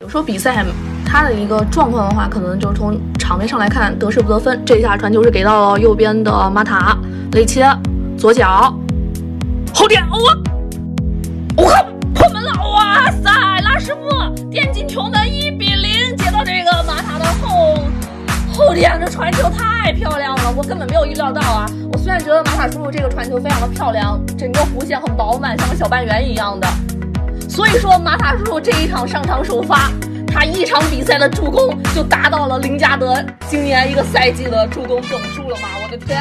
有时候比赛他的一个状况的话，可能就是从场面上来看得势不得分。这一下传球是给到了右边的马塔，雷切，左脚，后点，我、哦，我、哦、破门了！哇塞，拉什福电进球门，一比零，接到这个马塔的后后点的传球太漂亮了，我根本没有预料到啊！我虽然觉得马塔叔叔这个传球非常的漂亮，整个弧线很饱满，像个小半圆一样的。所以说，马塔叔叔这一场上场首发，他一场比赛的助攻就达到了林加德今年一个赛季的助攻总数了嘛！我的天！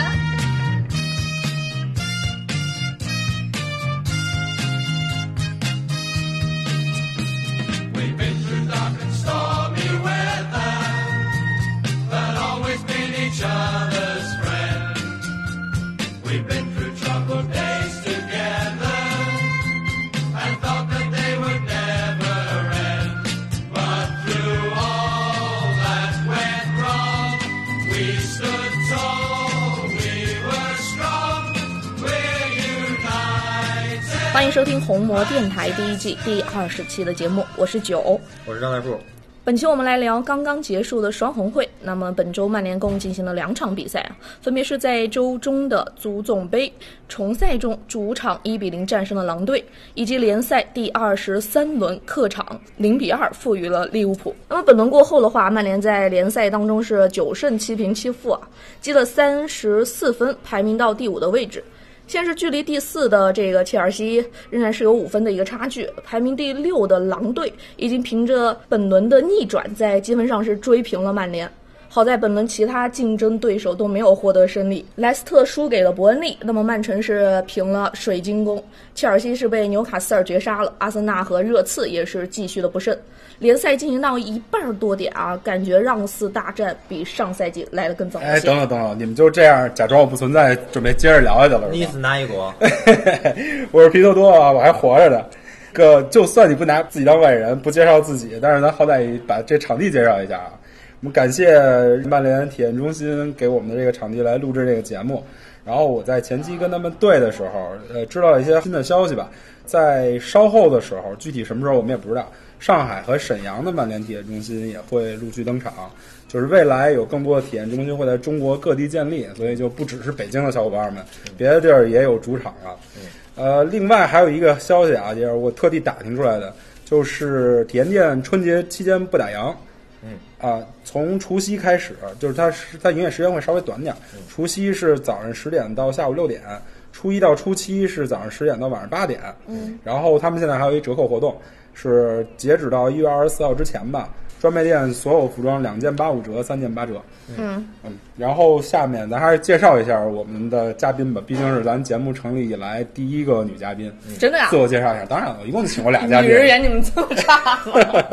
欢迎收听红魔电台第一季第二十期的节目，我是九，我是张大树。本期我们来聊刚刚结束的双红会。那么本周曼联共进行了两场比赛啊，分别是在周中的足总杯重赛中主场一比零战胜了狼队，以及联赛第二十三轮客场零比二负于了利物浦。那么本轮过后的话，曼联在联赛当中是九胜七平七负啊，积了三十四分，排名到第五的位置。现是距离第四的这个切尔西仍然是有五分的一个差距，排名第六的狼队已经凭着本轮的逆转，在积分上是追平了曼联。好在本轮其他竞争对手都没有获得胜利，莱斯特输给了伯恩利，那么曼城是平了水晶宫，切尔西是被纽卡斯尔绝杀了，阿森纳和热刺也是继续的不胜。联赛进行到一半多点啊，感觉让四大战比上赛季来的更早一些。哎，等等等等，你们就这样假装我不存在，准备接着聊下去了？你是哪一国？ 我是皮特多啊，我还活着呢。个就算你不拿自己当外人，不介绍自己，但是咱好歹把这场地介绍一下啊。我们感谢曼联体验中心给我们的这个场地来录制这个节目。然后我在前期跟他们对的时候，呃，知道一些新的消息吧。在稍后的时候，具体什么时候我们也不知道。上海和沈阳的曼联体验中心也会陆续登场，就是未来有更多的体验中心会在中国各地建立，所以就不只是北京的小伙伴们，别的地儿也有主场了。呃，另外还有一个消息啊，就是我特地打听出来的，就是体验店春节期间不打烊。嗯啊，从除夕开始，就是它它营业时间会稍微短点儿。除夕是早上十点到下午六点，初一到初七是早上十点到晚上八点。嗯，然后他们现在还有一折扣活动，是截止到一月二十四号之前吧。专卖店所有服装两件八五折，三件八折。嗯嗯，然后下面咱还是介绍一下我们的嘉宾吧，毕竟是咱节目成立以来第一个女嘉宾。真的啊自，我介绍一下，当然了，我一共请过俩嘉女宾，人缘你们这么差吗？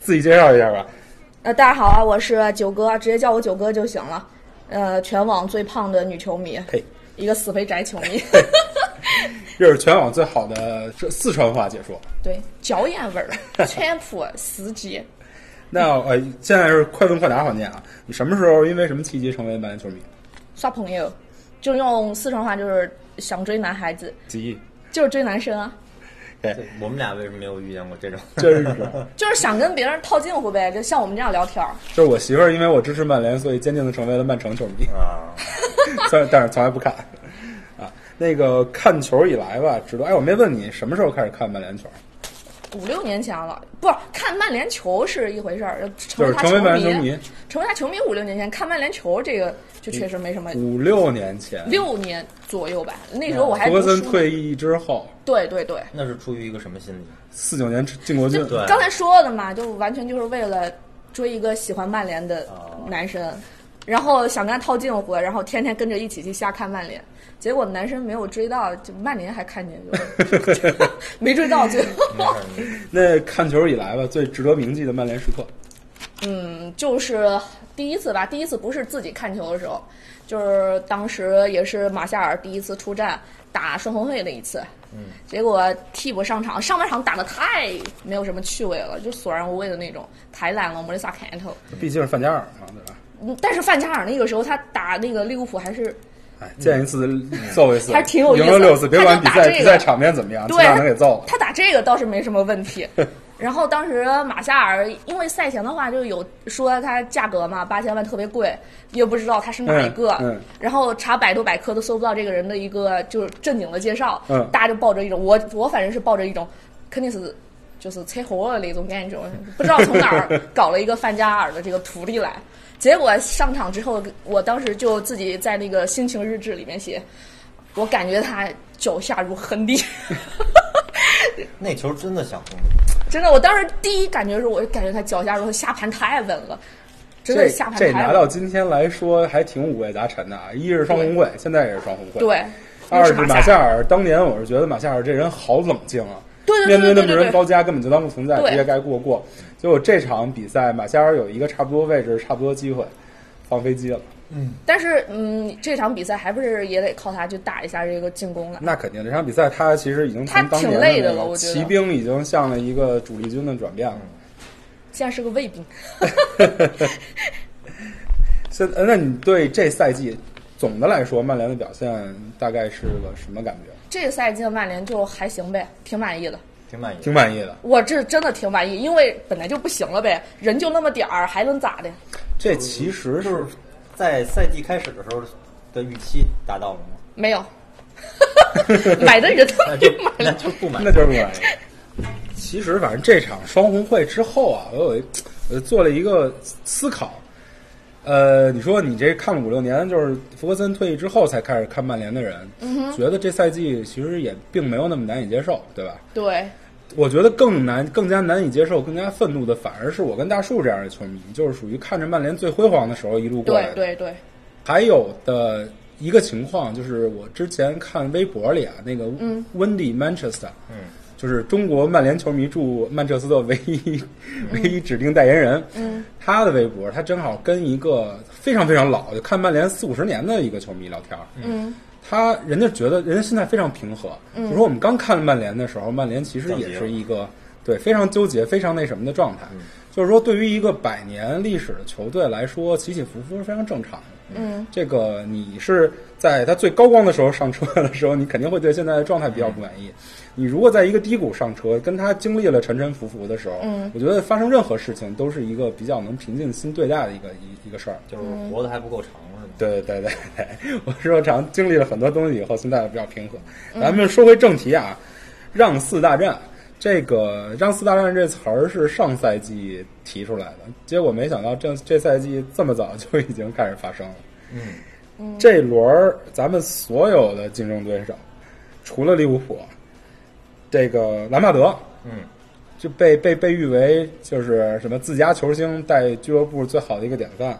自己介绍一下吧。 呃，大家好啊，我是九哥，直接叫我九哥就行了。呃，全网最胖的女球迷，嘿。一个死肥宅球迷，这是全网最好的这四川话解说。 对，椒盐味儿，川普司机。那呃，现在是快问快答环节啊！你什么时候因为什么契机成为曼联球迷？耍朋友，就用四川话就是想追男孩子，记忆，就是追男生啊，对，我们俩为什么没有遇见过这种？真是，就是想跟别人套近乎呗，就像我们这样聊天儿。就是我媳妇儿，因为我支持曼联，所以坚定的成为了曼城球 迷， 啊，但但是从来不看啊。那个看球以来吧，直到哎，我没问你什么时候开始看曼联球，五六年前了，不是看曼联球是一回事儿，成就为是他成球为曼联球迷迷，成为他球迷五六年前看曼联球这个就确实没什么，五六年前，六年左右吧，那时候我还弗读格嗯森书退役之后，对对对，那是出于一个什么心理？四九年进国军，对刚才说的嘛，就完全就是为了追一个喜欢曼联的男生，然后想跟他套近乎，然后天天跟着一起去瞎看曼联。结果男生没有追到，就曼联还看见就 没追到最后。没事儿，那看球以来吧，最值得铭记的曼联时刻，嗯，就是第一次吧，第一次不是自己看球的时候，就是当时也是马夏尔第一次出战打双红会那一次，嗯，结果替补上场，上半场打的太没有什么趣味了，就索然无味的那种，太烂了，莫里萨坎特。毕竟是范加尔嘛，对吧？嗯，但是范加尔那个时候他打那个利物浦还是哎，见一次揍一次，嗯还挺有意思赢了六次，别管比他就打赛这个比赛场面怎么样，起对码能给揍了。他打这个倒是没什么问题，然后当时马夏尔因为赛前的话就有说他价格嘛八千万特别贵，也不知道他是哪一个，嗯嗯然后查百度百科都搜不到这个人的一个就是正经的介绍，嗯大家就抱着一种我我反正是抱着一种肯定是就是扯火了的一种感觉，不知道从哪 儿搞了一个范加尔的这个徒弟来。结果上场之后，我当时就自己在那个心情日志里面写，我感觉他脚下如横地。 那球真的想轰，真的，我当时第一感觉是我感觉他脚下如何下盘太稳了， 真的这下盘这太拿稳到了。今天来说还挺五味杂陈的啊，一是双红会，现在也是双红会，，对，二是马马夏尔，当年我是觉得马夏尔这人好冷静啊，对对对面对那对对么多人对包夹根本就当不存在，对直接该过过。结果这场比赛马夏尔有一个差不多位置、差不多机会，放飞机了，但是嗯，这场比赛还不是也得靠他去打一下这个进攻了。那肯定这场比赛他其实已经他从当挺年累的那了个我觉得骑兵已经向了一个主力军的转变了。现在是个卫兵， 现呃那你对这赛季总的来说曼联的表现大概是个什么感觉？这个赛季的曼联就还行呗，挺满意的。挺满意的。挺满意的。我这真的挺满意，因为本来就不行了呗，人就那么点儿，还能咋的？这其实就是是在赛季开始的时候的预期达到了吗？没有， 买的人都没那啊就买那就不满意那。就是不满意。其实反正这场双红会之后啊，我有一我做了一个思考。呃，你说你这看了五六年，就是福格森退役之后才开始看曼联的人，觉得这赛季其实也并没有那么难以接受，对吧？对，我觉得更难、更加难以接受、更加愤怒的，反而是我跟大树这样的球迷，就是属于看着曼联最辉煌的时候一路过来对对的。对，还有的一个情况就是，我之前看微博里啊，那个嗯 Wendy Manchester，嗯，就是中国曼联球迷驻曼彻斯特唯一唯一指定代言人，嗯，他的微博，他正好跟一个非常非常老，就看曼联四五十年的一个球迷聊天儿，嗯，他人家觉得人家心态非常平和，就说我们刚看曼联的时候，曼联其实正也极是一个对非常纠结、非常那什么的状态，就是说对于一个百年历史的球队来说，起起伏伏是非常正常的。嗯，这个你是在它最高光的时候上车的时候，你肯定会对现在的状态比较不满意。嗯你如果在一个低谷上车，跟他经历了沉沉浮浮的时候，嗯我觉得发生任何事情都是一个比较能平静心对待的一个一一个事儿。就是活得还不够长是吗？对对对对， 我说常经历了很多东西以后，现在比较平和。咱们说回正题啊，让四大战。这个“让四大战”这词儿是上赛季提出来的，结果没想到这这赛季这么早就已经开始发生了。嗯，这轮儿咱们所有的竞争对手，除了利物浦，这个兰帕德嗯，就被被被誉为就是什么自家球星带俱乐部最好的一个典范。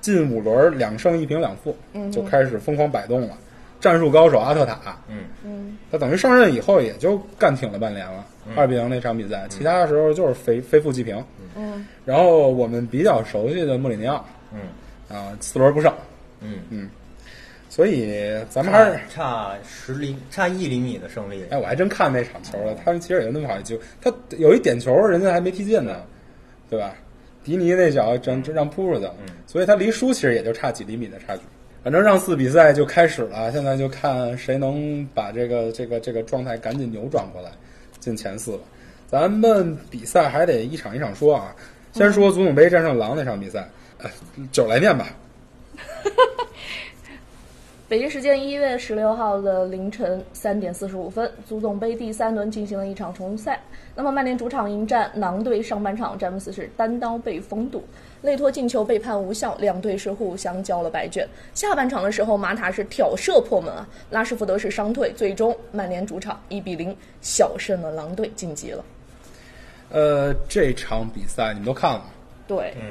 近五轮儿两胜一平两负，就开始疯狂摆动了。战术高手阿特塔，嗯，他等于上任以后也就干挺了曼联了，二比零那场比赛，其他的时候就是非非负即平。嗯，然后我们比较熟悉的穆里尼奥嗯，啊，四轮不胜，嗯，所以咱们还是差差十厘，差一厘米的胜利。哎，我还真看那场球了，他们其实也那么好一球，他有一点球人家还没踢进呢，对吧？迪尼那脚真真让扑出去了，所以他离输其实也就差几厘米的差距。反正让四比赛就开始了，现在就看谁能把这个这个这个状态赶紧扭转过来，进前四了。咱们比赛还得一场一场说啊，先说足总杯战胜狼那场比赛，呃，九来念吧，北京时间一月十六号的凌晨三点四十五分，足总杯第三轮进行了一场重赛。那么曼联主场迎战狼队，上半场詹姆斯是单刀被封堵，内托进球被判无效，两队是互相交了白卷。下半场的时候，马塔是挑射破门啊，拉什福德是伤退，最终曼联主场一比零小胜了狼队，晋级了。呃，这场比赛你们都看了吗，对，嗯，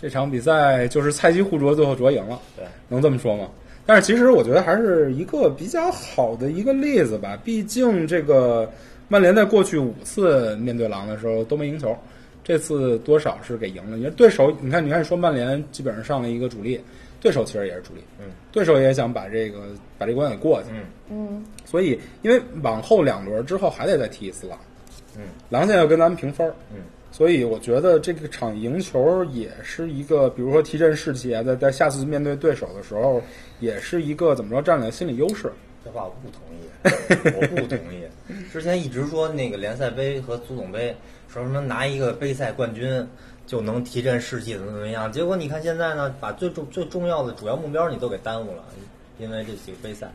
这场比赛就是菜鸡互啄，最后啄赢了。对，能这么说吗？但是其实我觉得还是一个比较好的一个例子吧，毕竟这个曼联在过去五次面对狼的时候都没赢球，这次多少是给赢了。因为对手，你看，你看，你说曼联基本上上了一个主力，对手其实也是主力，嗯，对手也想把这个把这关给过去，嗯，嗯，所以因为往后两轮之后还得再踢一次狼，嗯，狼现在要跟咱们平分，嗯，所以我觉得这个场赢球也是一个，比如说提振士气啊，在在下次面对对手的时候，也是一个怎么说战略心理优势。这话我不同意，我不同意。之前一直说那个联赛杯和足总杯说能拿一个杯赛冠军就能提振士气，怎么怎么样？结果你看现在呢，把最重最重要的主要目标你都给耽误了，因为这几个杯赛，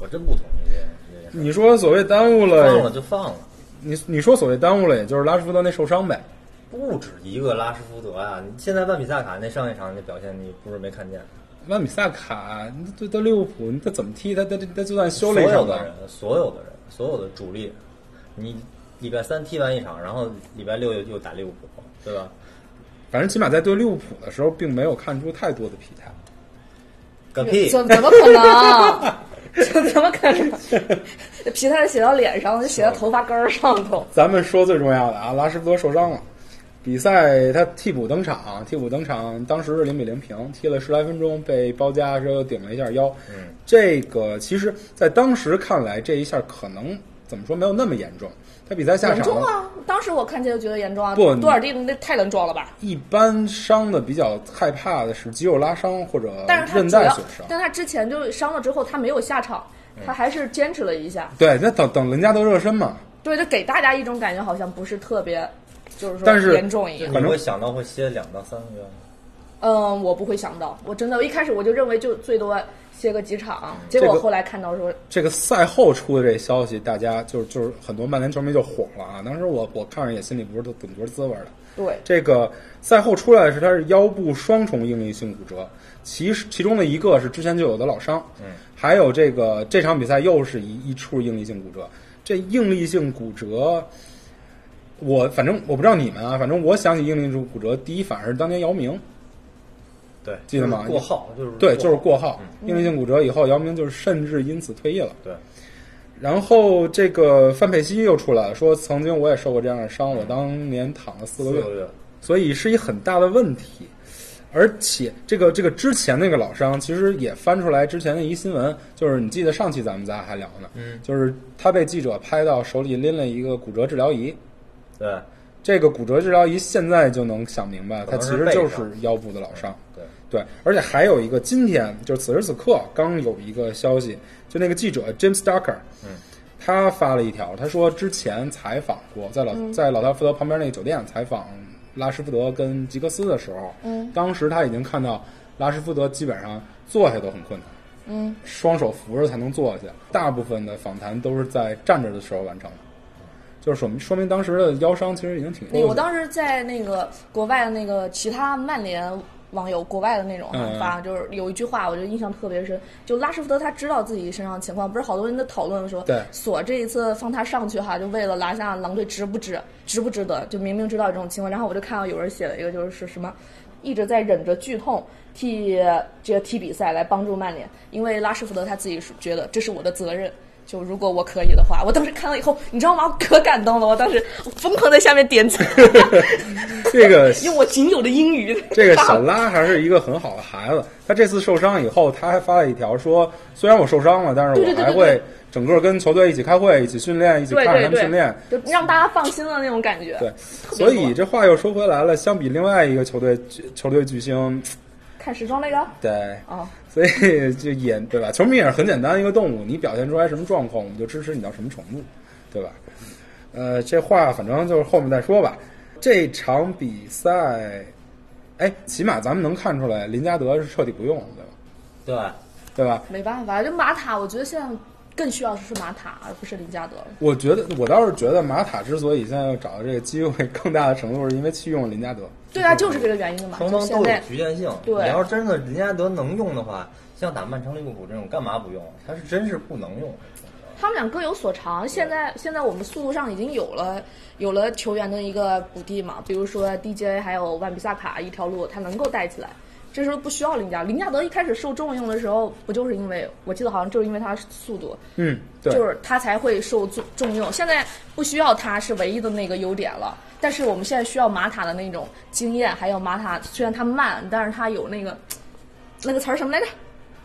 我真不同意这这件事。你说所谓耽误放了了，就放了，你你说所谓耽误了，也就是拉什福德那受伤呗。不止一个拉什福德啊！你现在万比萨卡那上一场那表现，你不是没看见？万米萨卡，你这这利物浦，你他怎么踢？他他他他就算休所了一有场的吧，人，所有的人，所有的主力，你礼拜三踢完一场，然后礼拜六又又打利物浦，对吧？反正起码在对利物浦的时候，并没有看出太多的疲态。个屁！怎怎么可能？啊 怎怎么可能？ 皮带写到脸上，就写到头发根儿上头。咱们说最重要的啊，拉什福德受伤了，比赛他替补登场，替补登场，当时是零比零平，踢了十来分钟，被包夹的时候顶了一下腰。嗯，这个其实，在当时看来，这一下可能怎么说没有那么严重。他比赛下严场重啊！当时我看见就觉得严重啊。不呃多尔蒂那太能装了吧？一般伤的比较害怕的是肌肉拉伤或者但是他韧只带要损伤，。嗯但他之前就伤了之后，他没有下场，他还是坚持了一下。对，那等等人家都热身嘛，对，就给大家一种感觉，好像不是特别，就是说但是严重一样。你会想到会歇两到三个月吗？嗯，我不会想到，我真的，我一开始我就认为就最多歇个几场，结嗯这果个后来看到说，这个赛后出的这消息，大家就是就是很多曼联球迷就火了啊！当时我我看着也心里不是特不觉得滋味儿的。对，这个赛后出来的是他是腰部双重应力性骨折，其其中的一个是之前就有的老伤，嗯，还有这个这场比赛又是一一处应力性骨折。这应力性骨折，我反正我不知道你们啊，反正我想起应力性骨折，第一反而是当年姚明，对，记得吗就是过号就是对，就是过号，嗯应力性骨折以后，姚明就是甚至因此退役了。对，然后这个范佩西又出来了，说曾经我也受过这样的伤，我当年躺了四四个月，个月，所以是一很大的问题。而且这个这个之前那个老伤，其实也翻出来之前的一新闻，就是你记得上期咱们仨还聊呢，嗯，就是他被记者拍到手里拎了一个骨折治疗仪，对，这个骨折治疗仪现在就能想明白，可它能其是实背就上是腰部的老伤。对，对，而且还有一个，今天就是此时此刻刚有一个消息，就那个记者 James Ducker，嗯，他发了一条，他说之前采访过，在老、嗯在老特拉福德旁边那个酒店采访拉什福德跟吉格斯的时候，嗯当时他已经看到拉什福德基本上坐下都很困难，嗯，双手扶着才能坐下，大部分的访谈都是在站着的时候完成的，就是说明说明当时的腰伤其实已经挺那严哎我重的。当时在那个国外的那个其他曼联网友国外的那种啊嗯嗯发，就是有一句话，我就印象特别深，就拉什福德他知道自己身上的情况，不是好多人都讨论说，对索这一次放他上去哈，就为了拿下狼队值不值，值不值得？就明明知道这种情况，然后我就看到有人写了一个就是什么。一直在忍着剧痛替这个踢比赛来帮助曼联，因为拉什福德他自己是觉得这是我的责任，就如果我可以的话，我当时看到以后，你知道吗？我可感动了，我当时疯狂在下面点赞， 这个 用我仅有的英语。这个小拉还是一个很好的孩子，他这次受伤以后，他还发了一条说：“虽然我受伤了，但是对对我对还对对会整个跟球队一起开会、一起训练、一起对看着对他们训练对。，就让大家放心的那种感觉。对，特别所多以这话又说回来了，相比另外一个球队球队巨星，看时装类的对，哦，所以 就也对吧？球迷也是很简单一个动物，你表现出来什么状况，我们就支持你到什么程度，对吧？呃，这话反正就是后面再说吧。这场比赛，哎，起码咱们能看出来林加德是彻底不用了，对吧？啊对，对吧？没办法，就马塔，我觉得现在更需要的是马塔，而不是林加德了。我觉得我倒是觉得马塔之所以现在要找到这个机会，更大的程度是因为弃用了林加德。对啊，就是这个原因的嘛。双就方现都有在局限性。对你要是真的林加德能用的话，像打曼城、利物浦这种，干嘛不用？他是真是不能用。他们俩各有所长。现在现在我们速度上已经有了有了球员的一个补地嘛，比如说 DJ 还有万比萨卡一条路，他能够带起来。这时候不需要林加，林加德一开始受重用的时候，不就是因为我记得好像就是因为他速度，嗯，对，就是他才会受重重用。现在不需要他是唯一的那个优点了，但是我们现在需要马塔的那种经验，还有马塔虽然他慢，但是他有那个那个词儿什么来着，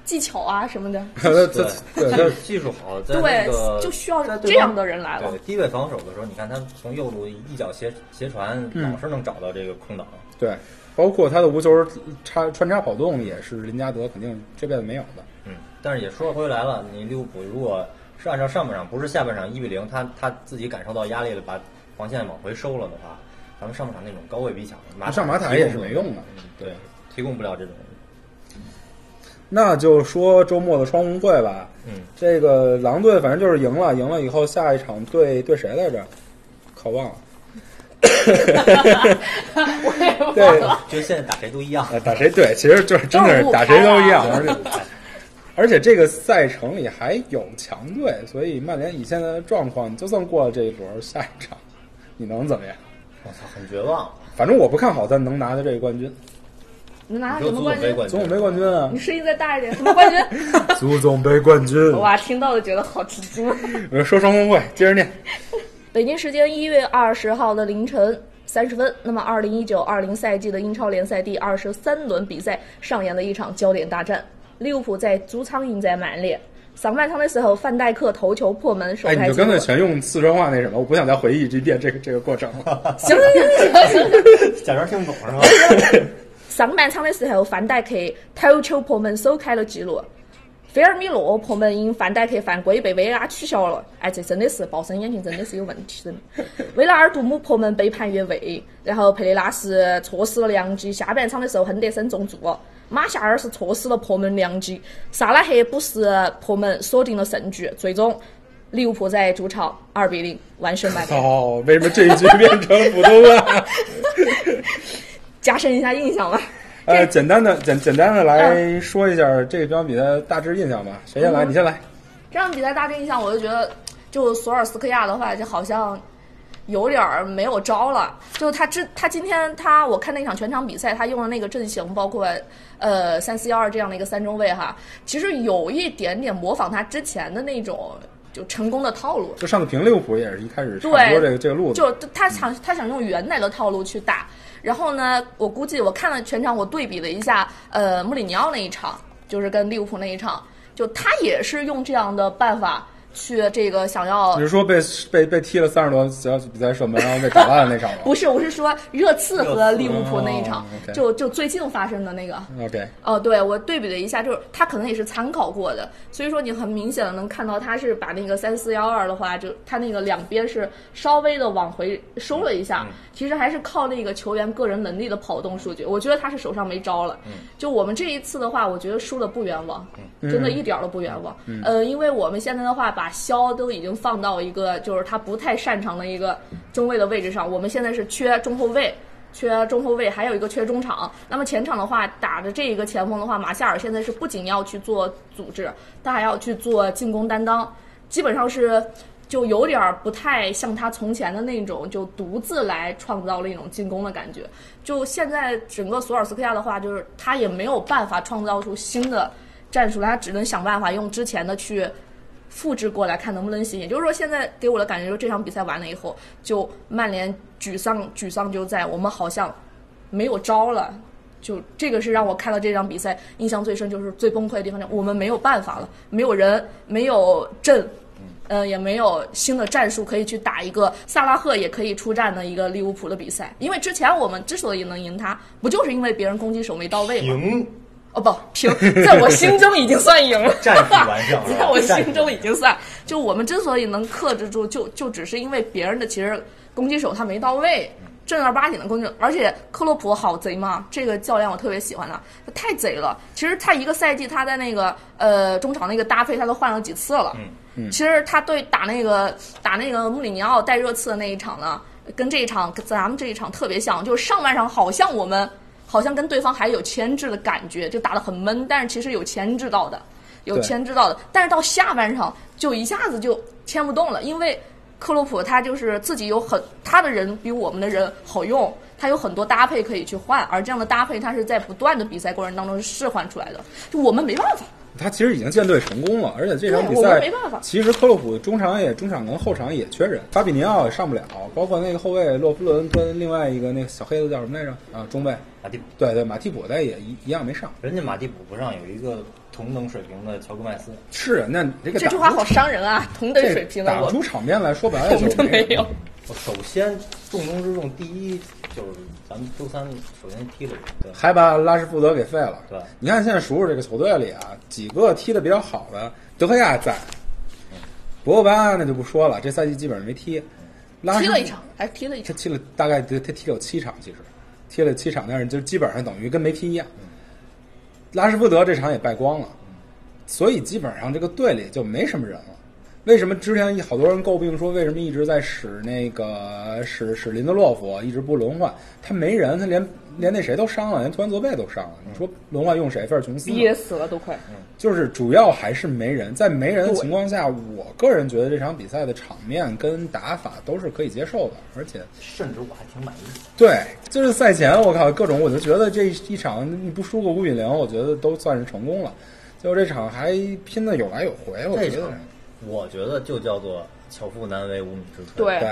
技巧啊什么的。 这对这 对，这技术好，在那对个，就需要在对这样的人来了对。低位防守的时候，你看他从右路一脚斜斜传，嗯老是能找到这个空档。对，包括他的无球插穿插跑动也是林加德肯定这辈子没有的。嗯，但是也说回来了，你利物浦如果是按照上半场不是下半场一比零，他他自己感受到压力了，把防线往回收了的话，咱们上半场那种高位逼抢，马啊上马塔也是没用的嗯对，提供不了这种，那就说周末的双红会吧。嗯，这个狼队反正就是赢了，赢了以后下一场对对谁来着？可忘了， 我也忘对了。就现在打谁都一样。呃打谁对，其实就是真的都是是打谁都一样五。而且 而且这个赛程里还有强队，所以曼联以现在的状况，你就算过了这一轮，下一场你能怎么样？我操，很绝望。反正我不看好咱能拿的这个冠军，你拿啊你什说么冠足总杯军？冠军，总有没冠军啊 你，声音再大一点，什么冠 军？足总杯 冠军。啊哇，听到的觉得好吃惊。我呃说双红会，接着念。北京时间一月二十号的凌晨三十分，那么二零一九二零赛季的英超联赛第二十三轮比赛上演了一场焦点大战，利物浦在主场迎战曼联。上半场的时候，范戴克头球破门，首哎，你开就纪干录脆。全用四川话那什么，我不想再回忆这遍这个这个过程了。行行行行行。假装听不懂 是吧？上半场的时候，范戴克头球破门首开了纪录。菲尔米洛破门因范戴克犯规被 VAR 取消了，哎，这真的是暴生眼睛，真的是有问题 的。维拉尔杜姆破门被判越位，然后佩雷拉是错失了良机。下半场的时候，亨德森中柱，马夏尔是错失了破门良机，萨拉赫补时破门锁定了胜局，最终利物浦在主场二比零完胜 曼联。哦，为什么这一局变成了普通话？加深一下印象吧。呃，简单的简简单的来说一下这场比赛的大致印象吧。谁先来？你先来。这场比赛大致印象，我就觉得，就索尔斯克亚的话，就好像有点儿没有招了。就他之他今天他我看那场全场比赛，他用的那个阵型，包括呃三四幺二这样的一个三中卫哈，其实有一点点模仿他之前的那种就成功的套路。就上次平利物浦也是一开始差不对多这个这个路子。就他想他想用原来的套路去打。然后呢，我估计我看了全场，我对比了一下，呃，穆里尼奥那一场，就是跟利物浦那一场，就他也是用这样的办法去这个想要你是说被被被踢了三十多小比赛射门，然后被打烂的那场吗不是，我是说热刺和利物浦那一场，热刺哦，OK 就就最近发生的那个。 ？OK，哦，对，我对比了一下，就是他可能也是参考过的，所以说你很明显的能看到他是把那个三四幺二的话，就他那个两边是稍微的往回收了一下，其实还是靠那个球员个人能力的跑动数据，我觉得他是手上没招了。就我们这一次的话，我觉得输的不冤枉，真的一点儿都不冤枉。呃，因为我们现在的话，把肖都已经放到一个就是他不太擅长的一个中卫的位置上，我们现在是缺中后卫。缺中后卫，还有一个缺中场。那么前场的话，打着这一个前锋的话，马夏尔现在是不仅要去做组织，他还要去做进攻担当，基本上是就有点儿不太像他从前的那种就独自来创造了一种进攻的感觉。就现在整个索尔斯克亚的话，就是他也没有办法创造出新的战术，他只能想办法用之前的去复制过来，看能不能行。也就是说，现在给我的感觉就是这场比赛完了以后，就曼联沮丧，沮丧就在我们好像没有招了。就这个是让我看到这场比赛印象最深，就是最崩溃的地方，我们没有办法了，没有人，没有阵，呃，也没有新的战术可以去打一个萨拉赫也可以出战的一个利物浦的比赛。因为之前我们之所以能赢他，不就是因为别人攻击手没到位吗？赢哦不，平， 在我心中已经算赢了。，战术完胜在我心中已经算，就我们之所以能克制住，就就只是因为别人的其实攻击手他没到位，正儿八经的攻击手，而且克洛普好贼嘛，这个教练我特别喜欢他，他太贼了。其实他一个赛季他在那个呃中场那个搭配他都换了几次了，嗯其实他对打那个打那个穆里尼奥带热刺的那一场呢，跟这一场跟咱们这一场特别像，就是上半场好像我们好像跟对方还有牵制的感觉，就打得很闷，但是其实有牵制到的，有对牵制到的。但是到下半场就一下子就牵不动了，因为克洛普他就是自己有很他的人比我们的人好用，他有很多搭配可以去换，而这样的搭配他是在不断的比赛过程当中是释换出来的，就我们没办法。他其实已经建队成功了，而且这场比对我赛们没办法其实克洛普中场也中场跟后场也缺人，法比尼奥也上不了，包括那个后卫洛夫伦跟另外一个那个小黑子叫什么来着啊中卫，马蒂普，对对马蒂普他也一一样没上。人家马蒂普不上有一个同等水平的乔戈麦斯，是啊，那你这个这打句话好伤人啊！同等这水平的打我不出场面来说白了我们就都没有。我首先重中之重，第一就是咱们周三首先踢了一个，还把拉什福德给废了。对你看现在数数这个球队里啊，几个踢的比较好的，德赫亚在，博格巴那就不说了，这赛季基本上没踢。拉踢什了一场，还踢了一他场。踢了大概他踢了有七场，其实踢了七场，但是就基本上等于跟没踢一样。拉什福德这场也败光了，所以基本上这个队里就没什么人了。为什么之前好多人诟病说为什么一直在使那个使使林德洛夫一直不轮换？他没人，他连连那谁都伤了，连图安泽贝都伤了。你说轮换用谁？菲尔琼斯吗憋死了都快。就是主要还是没人，在没人的情况下，我个人觉得这场比赛的场面跟打法都是可以接受的，而且甚至我还挺满意的。对，就是赛前我靠各种，我就觉得这一场你不输个五比零，我觉得都算是成功了。结果这场还拼的有来有回，我这觉场得我觉得就叫做巧妇难为无米之炊。对对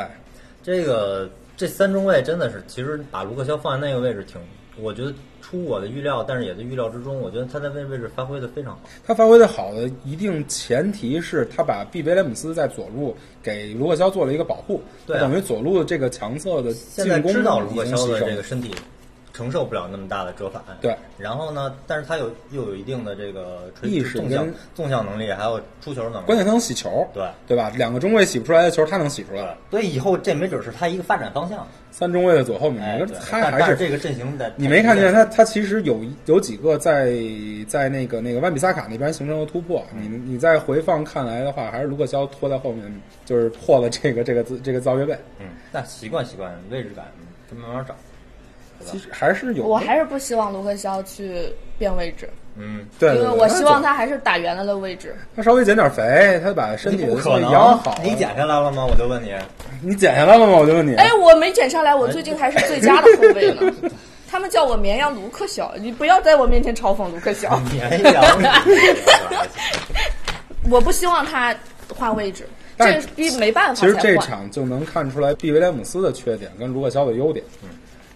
这个这三中卫真的是，其实把卢克肖放在那个位置挺，我觉得出我的预料，但是也在预料之中。我觉得他在那位置发挥的非常好。他发挥的好的一定前提是他把毕威廉姆斯在左路给卢克肖做了一个保护，对啊等于左路的这个强侧的现在进攻知道卢已克经肖牺的牲这了个身体承受不了那么大的折返，对。然后呢，但是他有又有一定的这个垂意识纵跟向纵向能力，还有出球能力。关键他能洗球，对对吧？两个中卫洗不出来的球，他能洗出来。所以以后这没准是他一个发展方向。三中卫的左后面，哎，对他但还但是这个阵型的，你没看见他，他其实有有几个在在那个那个万比萨卡那边形成了突破。你你在回放看来的话，还是卢克肖拖在后面，就是破了这个这个这个造越位。嗯，那习惯习惯位置感，这慢慢找。其实还是有，我还是不希望卢克肖去变位置，嗯，对，因对为对我希望他他还是打原来的位置。他稍微减点肥，他把身你体的不可能养好。啊哦你减下来了吗？我就问你，你减下来了吗？我就问你，哎，我没减下来，我最近还是最佳的后卫呢。 他们叫我绵羊卢克肖，你不要在我面前嘲讽卢克肖。绵羊， 我不希望他换位置，但这是个逼没办法其实这才换。场就能看出来毕威廉姆斯的缺点跟卢克肖的优点。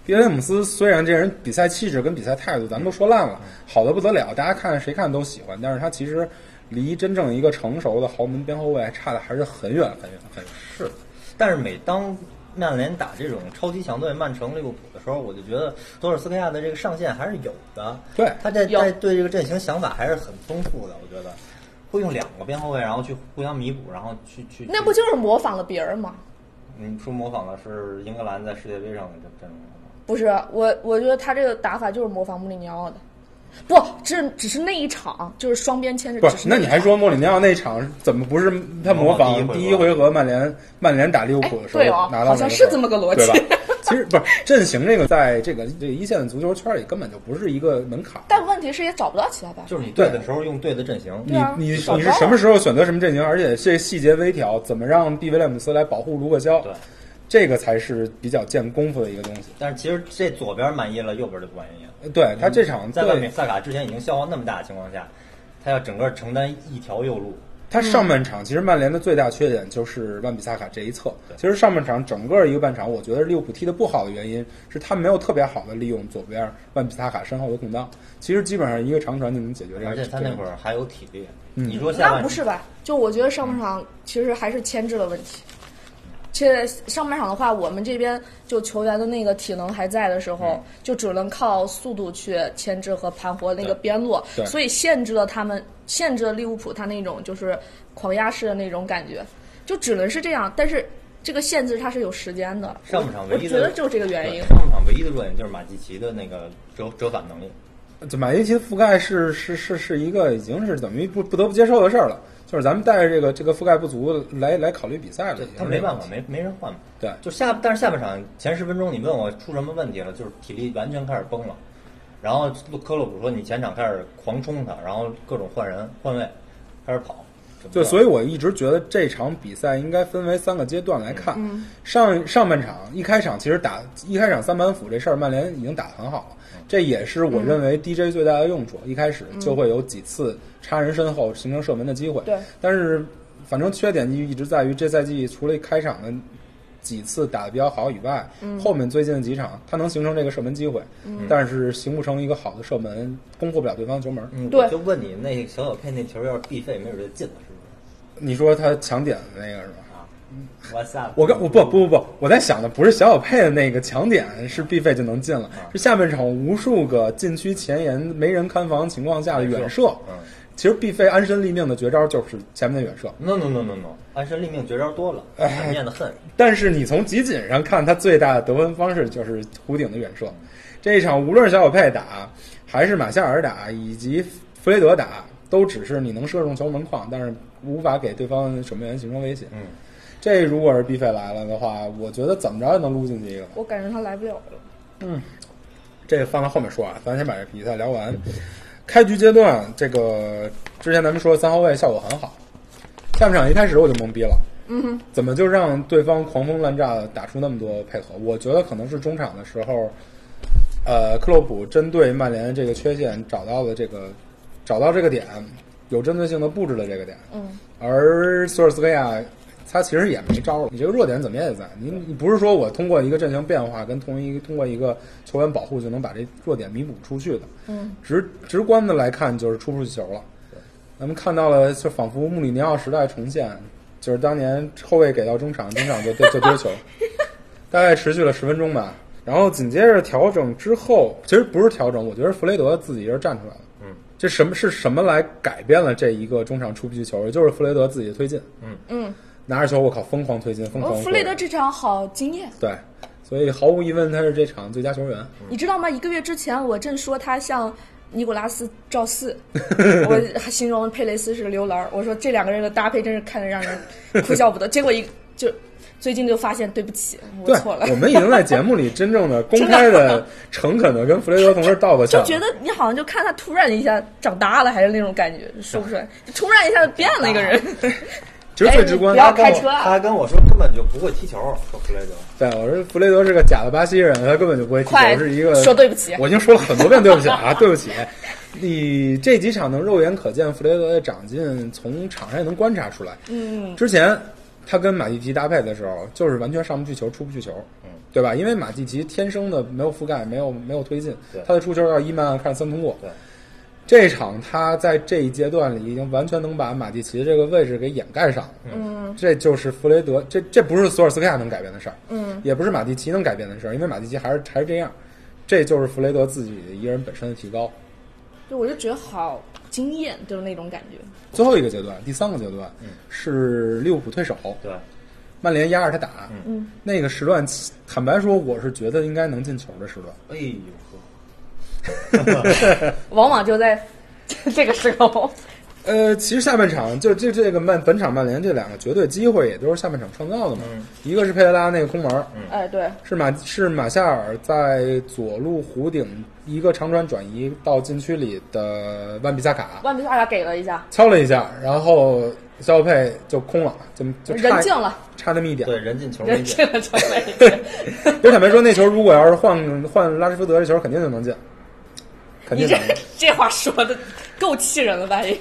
毕威廉姆斯虽然这人比赛气质跟比赛态度咱们都说烂了，好的不得了，大家看谁看都喜欢，但是他其实离真正一个成熟的豪门边后卫还差的还是很远很远很远。 是，但是每当曼联打这种超级强队曼城、利物浦的时候，我就觉得多尔斯克亚的这个上限还是有的。对他在有在对这个阵型想法还是很丰富的，我觉得会用两个边后卫，然后去互相弥补，然后去去那不就是模仿了别人吗？你说模仿的是英格兰在世界杯上的这阵容吗？不是，我我觉得他这个打法就是模仿穆里尼奥的，不，只只是那一场，就是双边牵制，不只是是，那一你还场说莫里尼奥那场怎么不是他模仿模仿第第一一回合回合曼联曼联打利物浦的时候哎对哦拿到好那个分儿、像是这么个逻辑对吧？其实不是阵型这个，在这个这个一线的足球圈里根本就不是一个 门槛。但问题是也找不到其他办法。就是你对对的时候用对的阵型，你对啊你你找不是到什么时候选择什么阵型，而且这细节微调，怎么让毕威廉姆斯来保护卢克肖？对。这个才是比较见功夫的一个东西。但是其实这左边满意了，右边就不满意了。呃对他这场嗯在外对面萨卡之前已经消耗那么大的情况下，他要整个承担一条右路，他上半场其实曼联的最大缺点就是万比萨卡这一侧。其实上半场整个一个半场，我觉得利物浦踢得不好的原因是他没有特别好的利用左边万比萨卡身后的空档。其实基本上一个长传就能解决这个。而且他这那个会儿还有体力。嗯你说下那半不是吧？就我觉得上半场其实还是牵制的问题。且上半场的话，我们这边就球员的那个体能还在的时嗯候，就只能靠速度去牵制和盘活那个边路对，所以限制了他们，限制了利物浦他那种就是狂压式的那种感觉，就只能是这样。但是这个限制它是有时间的，上半场我唯一觉的得就是这个原对因。上半场唯一的弱点就是马季奇的那个折折返能力，就买一期的覆盖是是是是一个已经是等于不不得不接受的事儿了，就是咱们带着这个这个覆盖不足来来考虑比赛了，已经他没办法，没没人换嘛。对就下，但是下半场前十分钟，你问我出什么问题了，就是体力完全开始崩了。然后科洛普说你前场开始狂冲他，然后各种换人换位，开始跑。对，所以以我一直觉得这场比赛应该分为三个阶段来看。上上半场一开场，其实打一开场三板斧这事儿，曼联已经打得很好了。这也是我认为 DJ 最大的用处，一开始就会有几次插人身后形成射门的机会。对，但是反正缺点就一直在于这赛季除了开场的几次打得比较好以外，后面最近的几场他能形成这个射门机会，但是形不成一个好的射门，攻破不了对方球门。嗯，对我就问你，那小小佩那球要是必费，没准就进了，是你说他抢点的那个是吧？不是？我下我刚我不不不不，我在想的不是小小佩的那个抢点是必费就能进啊了，是下半场无数个禁区前沿没人看防情况下的远射，嗯其实毕费安身立命的绝招就是前面的远射， No no no no no，安身立命绝招多了，哎闪面的很。但是你从集锦上看，他最大的得分方式就是弧顶的远射。这一场无论是小小佩打，还是马夏尔打，以及弗雷德打，都只是你能射中球门框，但是无法给对方守门员形成威胁。嗯，这如果是毕费来了的话，我觉得怎么着也能撸进去一个吧。我感觉他来不了了。这个放到后面说啊，咱先把这比赛聊完。开局阶段，这个之前咱们说三后卫效果很好，下半场一开始我就懵逼了，嗯，怎么就让对方狂轰滥炸打出那么多配合？我觉得可能是中场的时候，呃，克洛普针对曼联这个缺陷找到了这个找到这个点，有针对性的布置了这个点，嗯，而索尔斯克亚他其实也没招了，你这个弱点怎么也得在。你你不是说我通过一个阵型变化跟同一通过一个球员保护就能把这弱点弥补出去的。嗯，直直观的来看就是出不去球了。咱们看到了，就仿佛穆里尼奥时代重现，就是当年后卫给到中场，中场就就就丢球，大概持续了十分钟吧。然后紧接着调整之后，其实不是调整，我觉得弗雷德自己人站出来了。嗯，这什么是什么来改变了这一个中场出不去球？也就是弗雷德自己的推进。嗯，拿着球，我靠，疯狂推进，疯我哦狂过人。弗雷德这场好惊艳。对，所以毫无疑问，他是这场最佳球员。你知道吗？一个月之前我正说他像尼古拉斯赵四， 我还形容佩雷斯是刘兰儿，我说这两个人的搭配真是看着让人哭笑不得。结果一就最近就发现对不起，我对错了，我。们已经在节目里真正的、公开的、诚恳的跟弗雷德同志道过歉 就了。觉得你好像就看他突然一下长大了，还是那种感觉，说不出 来，突然一下子变了一个人。啊 其实最直观哎，你他不要跟开我车啊他跟我说根本就不会踢球，说弗雷德。对我说弗雷德是个假的巴西人，他根本就不会踢快球，是一个说对不起我已经说了很多遍对不起啊，对不起。你这几场能肉眼可见弗雷德的长进，从场上也能观察出来。嗯，之前他跟马蒂奇搭配的时候，就是完全上不去球，出不去球，嗯，对吧？因为马蒂奇天生的没有覆盖，没有没有推进对，他的出球要一慢看三通过。对，这一场他在这一阶段里已经完全能把马蒂奇这个位置给掩盖上了。嗯，这就是弗雷德，这这不是索尔斯克亚能改变的事儿，嗯，也不是马蒂奇能改变的事儿，因为马蒂奇还是还是这样。这就是弗雷德自己的一个人本身的提高。就我就觉得好惊艳，就是那种感觉。最后一个阶段，第三个阶段、是利物浦退守，对，曼联压着他打，嗯，那个时段，坦白说，我是觉得应该能进球的时段。哎呦呵，往往就在 这个时 候，呃，其实下半场就这这个曼本场曼联这两个绝对机会，也都是下半场创造的嘛。嗯一个是佩雷拉那个空门儿，哎，对，是马是马夏尔在左路弧顶一个长传转移到禁区里的万比萨卡万比萨卡给了一下，敲了一下，然后肖佩就空了，就就人差静了，差那么一点。对，人进球没人进静。了就没。我坦白说，那球如果要是换换拉什福德，这球肯定就能进，肯 你定这能进。这话说的够气人了吧？也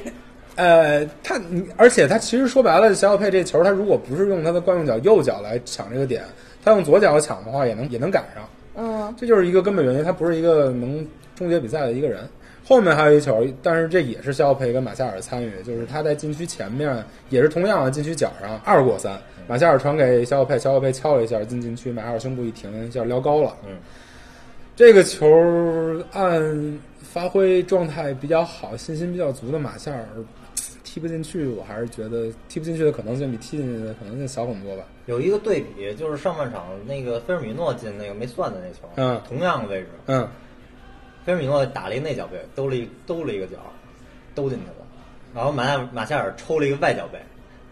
呃，他你，而且他其实说白了，小小佩这球，他如果不是用他的惯用脚右脚来抢这个点，他用左脚抢的话，也能也能赶上。嗯，这就是一个根本原因，他不是一个能终结比赛的一个人。后面还有一球，但是这也是肖佩跟马夏尔参与，就是他在禁区前面，也是同样的禁区角上二过三，马夏尔传给肖佩，肖佩敲了一下进禁区，马夏尔胸部一停，一下撩高了。嗯，这个球按发挥状态比较好、信心比较足的马夏尔踢不进去，我还是觉得踢不进去的可能性比踢进去的可能性小很多吧。有一个对比，就是上半场那个菲尔米诺进那个没算的那球，嗯同样的位置，嗯，菲尔米诺打了一内角背，兜了一兜了一个脚，兜进去了。然后马夏马夏尔抽了一个外脚背，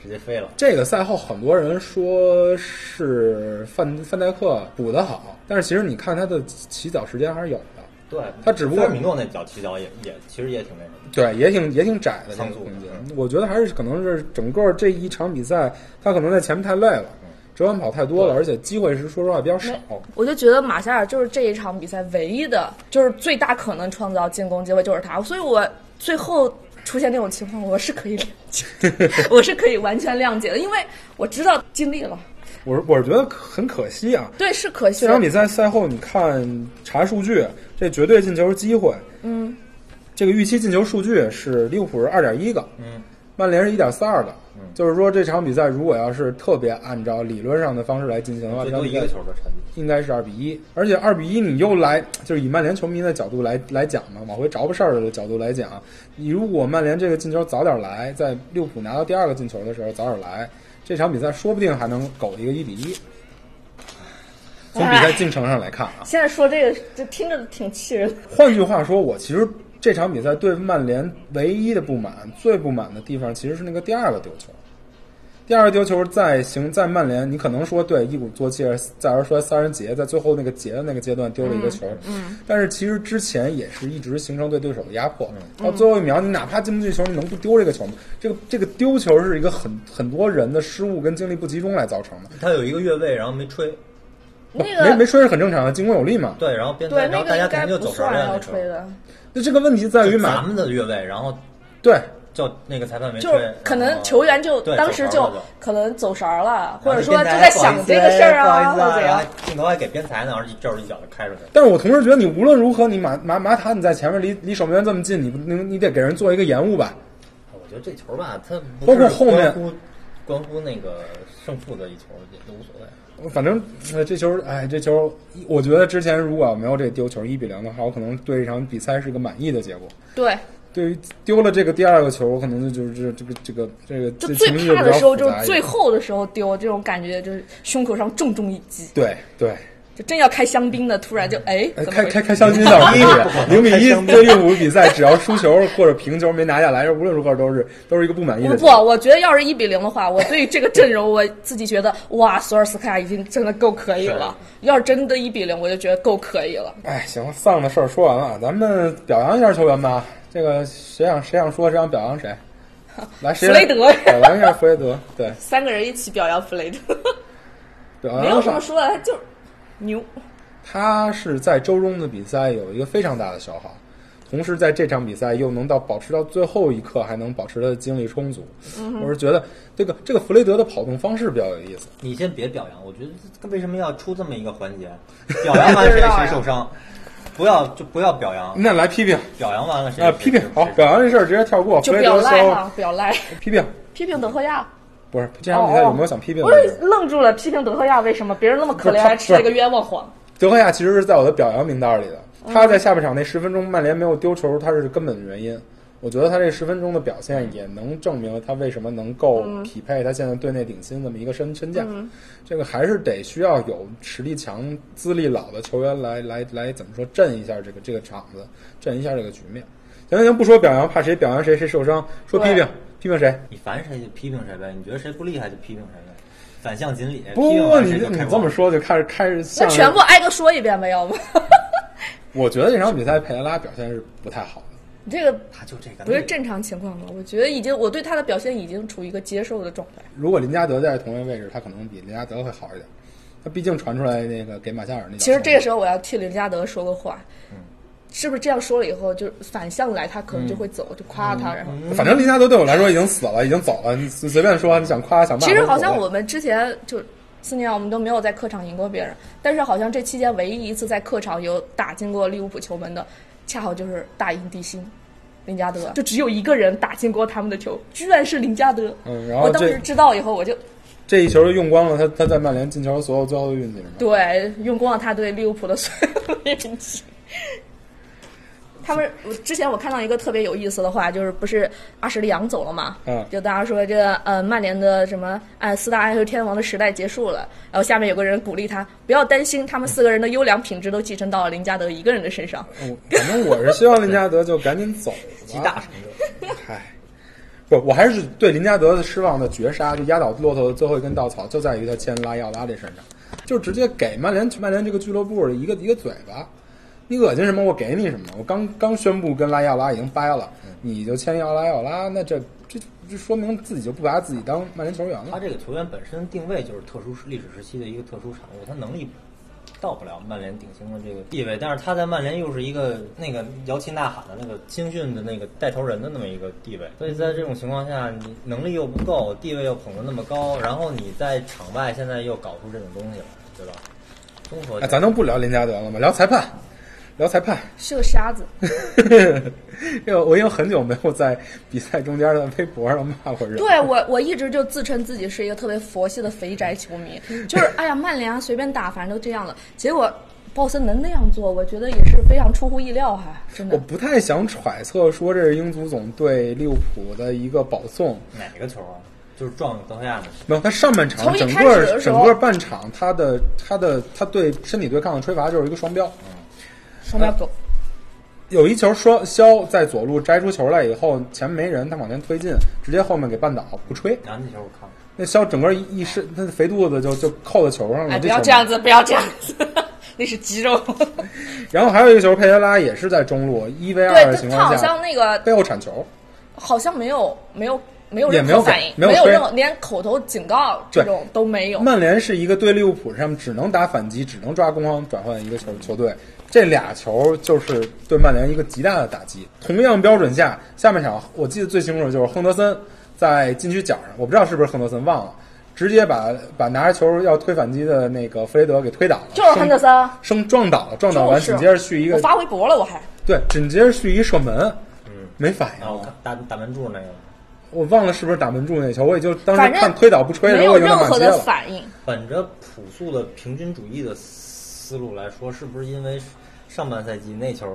直接飞了。这个赛后很多人说是范范戴克补得好，但是其实你看他的起脚时间还是有的，对，他只不过菲尔米诺那脚踢脚也也其实也挺那什么。对，也挺也挺窄的这仓个促空间嗯。我觉得还是可能是整个这一场比赛，他可能在前面太累了，折返跑太多了，而且机会是说实话比较少。我就觉得马夏尔就是这一场比赛唯一的，就是最大可能创造进攻机会就是他，所以我最后出现那种情况，我是可以谅 解的，我是可以完全谅解的，因为我知道尽力了，我是我是觉得很可惜啊，对，是可惜这了场。比赛赛后，你看查数据，这绝对进球机会，嗯，这个预期进球数据是利物浦是二点一个，嗯，曼联是一点四二个，就是说这场比赛如果要是特别按照理论上的方式来进行的话，最这场多比一赛个球的差距。应该是二比一，而且二比一你又来，就是以曼联球迷的角度来来讲嘛，往回找不事儿的角度来讲，你如果曼联这个进球早点来，在利物浦拿到第二个进球的时候早点来，这场比赛说不定还能苟一个一比一。从比赛进程上来看啊，现在说这个，就听着挺气人的。哦换句话说，我其实这场比赛对曼联唯一的不满、最不满的地方，其实是那个第二个丢球。第二个丢球在行在曼联，你可能说对一鼓作气，再而说三人节，在最后那个节的那个阶段丢了一个球，嗯，但是其实之前也是一直形成对对手的压迫，到最后一秒你哪怕进不进球，你能不丢这个球吗？这个这个丢球是一个很很多人的失误跟精力不集中来造成的，他有一个越位，然后没吹，那个没没吹是很正常的，啊进攻有力嘛。对，然后边对裁，那然后大个家应肯该定就不走神算儿了。要那时候吹的，那这个问题在于就马咱们的越位，然后对叫那个裁判没吹，就是可然能后球员就对当时走神就儿了可能走神儿了，或然者后说那就边在裁想不好意思这个事儿啊，或不者怎好意思然样后。镜头还给边裁呢，然后一就是一脚就开出去了。但是我同时觉得，你无论如何，你马马马塔你在前面离离守门员这么近，你不你你得给人做一个延误吧？我觉得这球吧，它不包括是后面关乎关乎那个胜负的一球也都无所谓。反正、呃这球，哎，这球，我觉得之前如果没有这丢球一比零的话，我可能对这场比赛是个满意的结果。对，对于丢了这个第二个球，我可能就就是这这个这个这个就这最情绪怕的比较时候就复杂是一最点后的时候丢，这种感觉就是胸口上重重一击，对对，就真要开香槟的，突然就哎，怎哎么开回开事？开香槟倒是零比一对利物浦比赛，只要输球或者平球没拿下来，无论如何都是都是一个不满意不的。不，我觉得要是一比零的话，我对这个阵容我自己觉得，哇，索尔斯克亚已经真的够可以了。要是真的一比零，我就觉得够可以了。哎，行，丧的事儿说完了，咱们表扬一下球员吧。这个谁想谁想说，谁想表 扬谁？来，谁弗雷德 来表扬一下弗雷德？对，三个人一起表扬弗雷德，表没有扬什上么说的，他就是牛。他是在周中的比赛有一个非常大的消耗，同时在这场比赛又能到保持到最后一刻，还能保持他的精力充足。嗯我是觉得这个这个弗雷德的跑动方式比较有意思。你先别表扬，我觉得这为什么要出这么一个环 节？表扬完谁谁受伤，不要就不要表扬，那来批评表扬完了谁嗯啊、批评好，表扬这事儿直接跳过。弗就雷表德赖消哈，表赖，批评批评德赫亚。不是这场比赛有没有想批评哦我的人？愣住了，批评德赫亚为什么别人那么可不怜，是他还吃了一个冤枉 黄？德赫亚其实是在我的表扬名单里的。哦他在下半场那十分钟，曼联没有丢球，他是根本原因。我觉得他这十分钟的表现也能证明他为什么能够嗯匹配他现在队内顶薪这么一个身身价。这个还是得需要有实力强、资历老的球员来来来怎么说镇一下这个这个场子，镇一下这个局面。行行行，不说表扬，怕谁表扬谁谁受伤，说批评批评谁？你烦谁就批评谁呗，你觉得谁不厉害就批评谁呗，反向锦鲤。不批评不，完你谁就你开这挂么说就开始开始那像全部挨个说一遍吧，要不？ 我觉得这场比赛佩德拉表现是不太好的。你这个他就这个不是正常情况吧？我觉得已经，我对他的表现已经处于一个接受的状态。如果林加德在同一个位置，他可能比林加德会好一点。他毕竟传出来那个给马夏尔那脚射门，其实这个时候我要替林加德说个话，嗯是不是这样说了以后，就是反向来，他可能就会走，就夸嗯他，然后。反正林加德对我来说已经死了，已经走了，你随随便说，你想夸想骂。其实好像无所我谓们之前就四年，我们都没有在客场赢过别人，但是好像这期间唯一一次在客场有打进过利物浦球门的，恰好就是大英帝星林加德，就只有一个人打进过他们的球，居然是林加德。嗯然后我当这时知道以后，我就这一球就用光了他他在曼联进球所有最后的运气是吗？对用光了他对利物浦的所有运气。 他们，我之前我看到一个特别有意思的话，就是不是阿什利杨走了嘛？嗯就大家说这个呃曼联的什么呃四大爱和天王的时代结束了，然后下面有个人鼓励他不要担心，他们四个人的优良品质都继承到了林加德一个人的身上。我 反正我是希望林加德就赶紧走极吧。大成就。 嗨，不，我还是对林加德的失望的绝杀，就压倒骆驼的最后一根稻草，就在于他签拉伊奥拉这身上，就直接给曼联曼联这个俱乐部的一个一个嘴巴。你恶心什么，我给你什么。我刚刚宣布跟拉伊奥拉已经掰了，你就签要拉伊奥拉，那这这这说明自己就不把自己当曼联球员他了。这个球员本身定位就是特殊时历史时期的一个特殊产物，他能力到不了曼联顶薪的这个地位，但是他在曼联又是一个那个摇旗呐喊的那个青训的那个带头人的那么一个地位，所以在这种情况下，你能力又不够，地位又捧得那么高，然后你在场外现在又搞出这种东西来，对吧？综合哎哎，咱能不聊林加德了吗？聊裁判，聊裁判。是个沙子， 因为我已经很久没有在比赛中间的微博上骂过人。对啊我我一直就自称自己是一个特别佛系的肥宅球迷，嗯就是哎呀曼联啊随便打，反正都这样了。结果鲍森能那样做，我觉得也是非常出乎意料哈、真我的。不太想揣测说这是英足总对利物浦的一个保送，哪个球啊？就是撞德赫亚的。没有，他上半场从一整开始个的时整候个半场他的他的他对身体对抗的吹罚就是一个双标，双呃标狗，有一球说肖在左路摘出球来以后，前面没人，他往前推进，直接后面给绊倒，不吹。然后那球我看了，那肖整个一一身，他的肥肚子就就扣在球上了。哎，不这要球这样子，不要这样子， 那是肌肉。然后还有一个球，佩雷拉也是在中路一 v 二的对情他，他好况像下，那个背后铲球。好像没有没有没有也任没有何给反应，没有没有吹任何连口头警告这对种都没有。曼联是一个对利物浦上只能打反击、只能抓攻防转换的一个球球队，这俩球就是对曼联一个极大的打击。同样标准下，下半场我记得最清楚的就是亨德森在禁区角上，我不知道是不是亨德森忘了，直接把把拿着球要推反击的那个弗雷德给推倒了，就是亨德森啊生，生撞倒了，撞倒完就是紧接着去一我个发微博了，我还对，紧接着去一射门，嗯，没反应然哦后我看打打门柱那个，我忘了是不是打门柱那球，我也就当时反正看推倒不吹的没时候，有我已经任在骂何街的了。反应。本着朴素的平均主义的思路来说，是不是因为上半赛季那球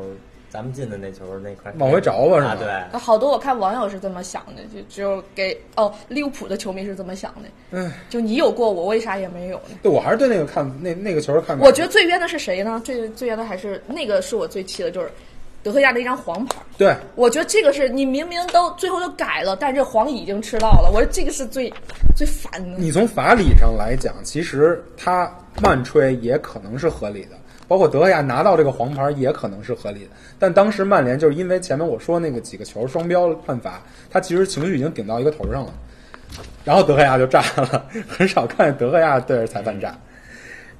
咱们进的那球那块往回找我是吗啊，对，好多我看网友是这么想的，就就给哦利物浦的球迷是这么想的，嗯，就你有过我为啥也没有呢？对，我还是对那个看那那个球看感。我觉得最冤的是谁呢？最最冤的还是那个是我最气的，就是德赫亚的一张黄牌。对，我觉得这个是你明明都最后都改了，但是这黄已经吃到了，我说这个是最最烦的。你从法理上来讲，其实他慢吹也可能是合理的，包括德赫亚拿到这个黄牌也可能是合理的。但当时曼联就是因为前面我说那个几个球双标判罚，他其实情绪已经顶到一个头上了，然后德赫亚就炸了，很少看见德赫亚对着裁判炸。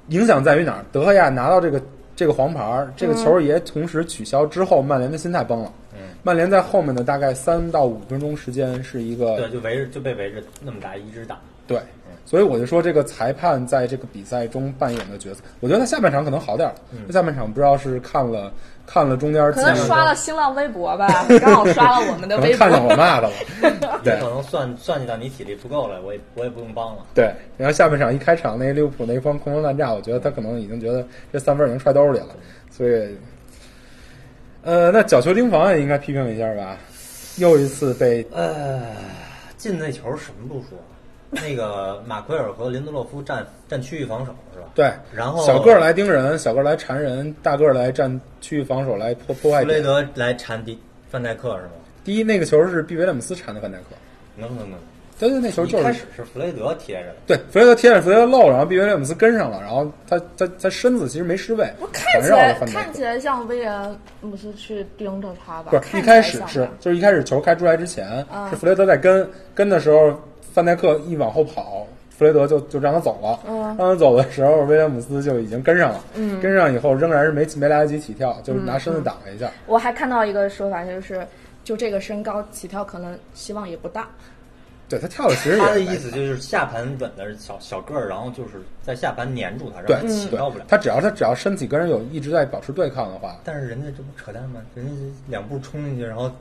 影响在于哪儿？德赫亚拿到这个这个黄牌，这个球也同时取消之后，曼联的心态崩了。曼联在后面的大概三到五分钟时间是一个对，就围着就被围着那么大一直打，对，所以我就说这个裁判在这个比赛中扮演的角色，我觉得他下半场可能好点儿了。嗯他下半场不知道是看了看了中间可进能了刷了新浪微博 吧，刚好刷了我们的可微能看见我博。骂他了。也啊 对可能算算计到你体力不够了，我也我也不用帮了。对，然后下半场一开场，那利物浦那一方空中烂炸，我觉得他可能已经觉得这三分已经揣兜里了，所以，呃，那角球盯防也应该批评一下吧，又一次被呃，进那球什么不说，那个马奎尔和林德洛夫占占区域防守是吧？对，然后小个儿来盯人，小个儿来缠人，大个儿来占区域防守来破破坏弗雷点。德来缠迪范戴克是吗？第一，那个球是毕维廉姆斯缠的范戴克。能能能，对对，那球就一开是始是弗雷德贴着的，对弗雷德贴着弗雷德漏，然后毕维廉姆斯跟上了，然后他他他身子其实没失位我，看环起绕来了范戴看克起。来像威廉姆斯去盯着他吧，不是看一起来开始像是吧就是一开始球开出来之前嗯是弗雷德在跟跟的时候，范戴克一往后跑，弗雷德就就让他走了。嗯让他走的时候，威廉姆斯就已经跟上了，跟上以后仍然是没没来得及起跳，嗯就是拿身子挡了一下。我还看到一个说法，就是就这个身高起跳可能希望也不大。对他跳的其实也他的意思就是下盘稳的是小小个儿，然后就是在下盘粘住他，对让他起对嗯到不了，。他只要他只要身体跟人有一直在保持对抗的话，但是人家这不扯淡吗？人家这两步冲进去，然后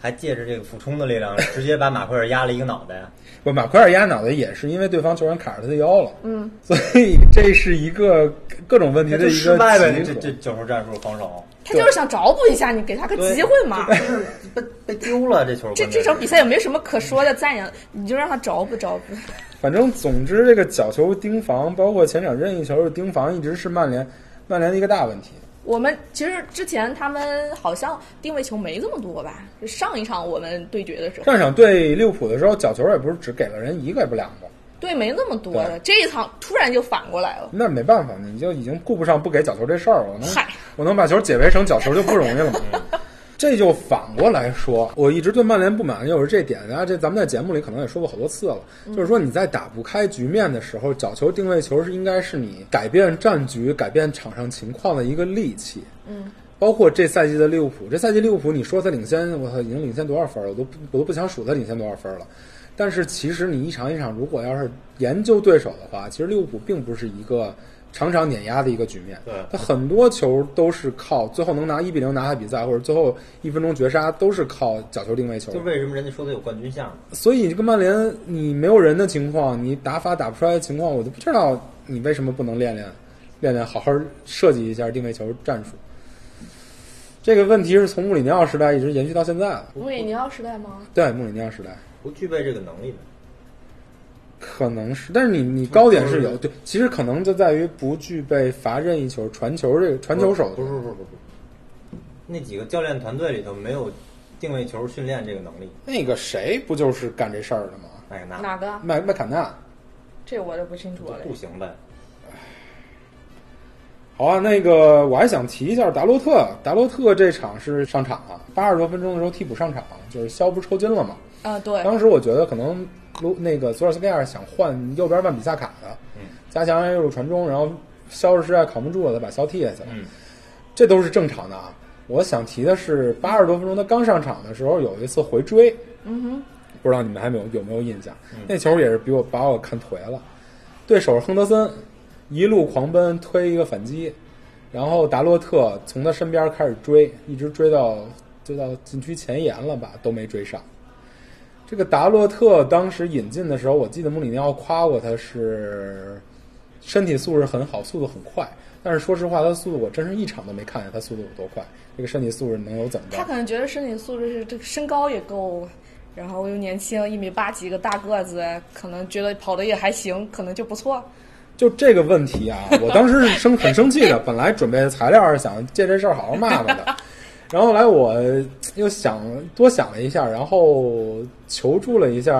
还借着这个俯冲的力量，直接把马奎尔压了一个脑袋啊 呀。不，马奎尔压脑袋也是因为对方球员卡着他的腰了，嗯，所以这是一个各种问题那的就一失个败呗，集这合这九球战术防守他就是想找补一下你，给他个机会嘛。就是被被丢了这球。这这场比赛也没什么可说的赞扬，你就让他找补找补。反正总之这个角球盯防，包括前场任意球的盯防，一直是曼联曼联的一个大问题。我们其实之前他们好像定位球没这么多吧？就上一场我们对决的时候，上场对利物浦的时候，角球也不是只给了人一个，也不两个，对没那么多的。这一场突然就反过来了，那没办法，你就已经顾不上不给角球这事儿了。我能嗨我能把球解围成角球就不容易了嘛。这就反过来说，我一直对曼联不满，就是这点啊。这咱们在节目里可能也说过好多次了，就是说你在打不开局面的时候，角球定位球是应该是你改变战局、改变场上情况的一个利器。嗯，包括这赛季的利物浦，这赛季利物浦，你说他领先，我操，已经领先多少分了？我都不我都不想数他领先多少分了。但是其实你一场一场，如果要是研究对手的话，其实利物浦并不是一个场场碾压的一个局面。对他很多球都是靠最后能拿一比零拿下比赛，或者最后一分钟绝杀，都是靠角球定位球就。为什么人家说他有冠军相嘛？所以这个曼联，你没有人的情况，你打法打不出来的情况，我就不知道你为什么不能练练，练练好好设计一下定位球战术。这个问题是从穆里尼奥时代一直延续到现在了。穆里尼奥时代吗？对，穆里尼奥时代不具备这个能力的。可能是，但是你你高点是有，对，其实可能就在于不具备罚任意球、传球这个传球手不是不是不是不是，那几个教练团队里头没有定位球训练这个能力。那个谁不就是干这事儿的吗？哎呀，那哪个？麦麦坎纳。这我就嗯不清楚了。不行呗。好啊，那个我还想提一下达洛特，达洛特这场是上场啊，八十多分钟的时候替补上场，就是肖不是抽筋了嘛。啊，对，当时我觉得可能卢那个索尔斯克亚想换右边万比萨卡的，加强右路传中，然后肖实在扛不住了，他把肖踢下去了。嗯，这都是正常的啊。我想提的是，八十多分钟他刚上场的时候，有一次回追，嗯哼，不知道你们还没有有没有印象？那球也是比我把我看颓了，对手是亨德森，一路狂奔推一个反击，然后达洛特从他身边开始追，一直追到追到禁区前沿了吧，都没追上。这个达洛特当时引进的时候，我记得穆里尼奥夸过他是身体素质很好，速度很快。但是说实话，他速度我真是一场都没看见他速度有多快。这个身体素质能有怎么着他？可能觉得身体素质是这个身高也够，然后又年轻，一米八几个大个子，可能觉得跑的也还行，可能就不错。就这个问题啊，我当时是生很生气的，本来准备的材料是想借这事儿好好骂骂的，然后后来我又想多想了一下，然后求助了一下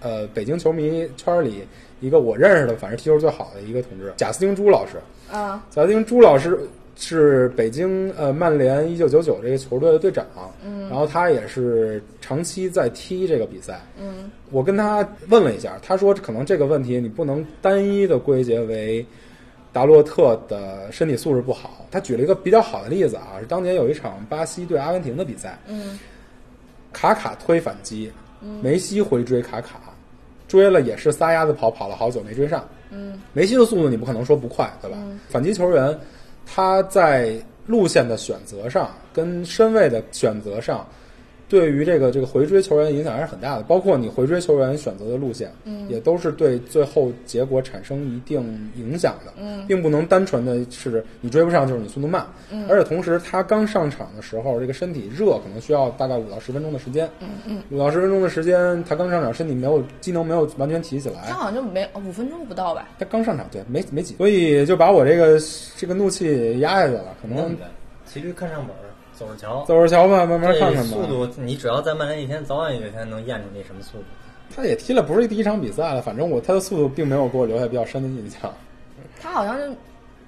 呃北京球迷圈里一个我认识的，反正踢球最好的一个同志贾斯汀朱老师。啊，贾斯汀朱老师是北京呃曼联一九九九这个球队的队长，嗯，然后他也是长期在踢这个比赛，嗯，我跟他问了一下，他说可能这个问题你不能单一的归结为达洛特的身体素质不好。他举了一个比较好的例子啊，是当年有一场巴西对阿根廷的比赛，嗯，卡卡推反击，梅西回追卡卡，追了也是撒丫子跑，跑了好久没追上。嗯，梅西的速度你不可能说不快，对吧？反击球员他在路线的选择上跟身位的选择上，对于这个这个回追球员影响还是很大的。包括你回追球员选择的路线，嗯，也都是对最后结果产生一定影响的。嗯，并不能单纯的是你追不上就是你速度慢。嗯，而且同时他刚上场的时候，这个身体热可能需要大概五到十分钟的时间。嗯嗯，五到十分钟的时间，他刚上场，身体没有机能没有完全提起来。他好像就没哦五分钟不到吧？他刚上场，对，没没几，所以就把我这个这个怒气压下去了。可能弄的，骑驴看上本儿，嗯走着瞧。走着瞧吧，慢慢看这看速吧。度，你只要在曼联一天，早晚有一天能验出那什么速度。他也踢了不是第一场比赛了，反正我他的速度并没有给我留下比较深的印象。他好像就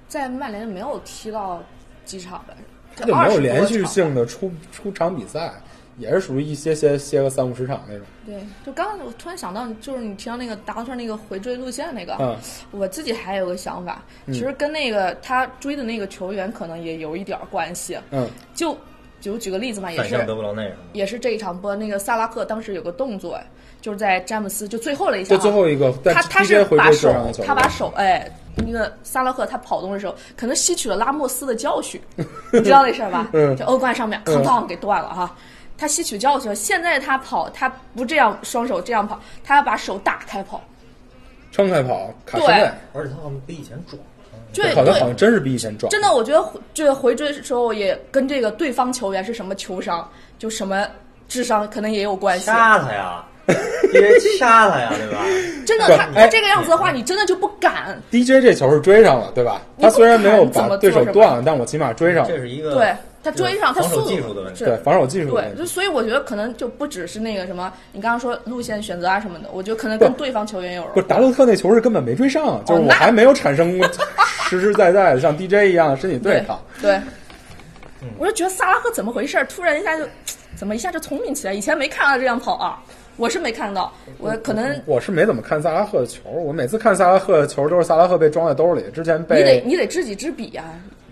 在曼联没有踢到几场吧？他就没有连续性的出出场比赛，也是属于一些些歇个三五十场那种。对，就刚刚我突然想到，就是你提到那个达洛特那个回追路线那个，嗯我自己还有个想法，其实跟那个他追的那个球员可能也有一点儿关系。嗯，就就举个例子嘛，也反向哎是德布劳内什么也是这一场播，那个萨拉赫当时有个动作，就是在詹姆斯就最后了一下就啊，最后一个，在他他直是接回把追手球上的球，，他把手哎，那个萨拉赫他跑动的时候，可能吸取了拉莫斯的教训，你知道那事儿吧？ 嗯就欧冠上面嗯哐当给断了哈。他吸取教训，现在他跑，他不这样双手这样跑，他要把手打开跑，撑开跑，卡身对位，而且他好像比以前壮。就好像好对像真是比以前壮。真的，我觉得回这回追的时候也跟这个对方球员是什么球商，就什么智商，可能也有关系。掐他 呀，因为掐他呀，对吧？ 真的，对他哎他这个样子的话，你真的就不敢。 DJ 这球是追上了，对吧？你他不虽然没有看怎把么对手做是吧断了，但我起码追上这了。是一个对他追上，他防速守度技术的问题。是对防守技术的对问，题就所以我觉得可能就不只是那个什么，你刚刚说路线选择啊什么的，我觉得可能跟不对方球员有关不是达洛特那球是根本没追上，就是哦我那还没有产生过实实在在 的像 DJ 一样的身体对嗯抗。对，我就觉得萨拉赫怎么回事儿？突然一下就，怎么一下就聪明起来？以前没看到他这样跑啊，我是没看到，我可能我是没怎么看萨拉赫的球，我每次看萨拉赫的球都是萨拉赫被装在兜里。之前你得被你得知己知彼啊。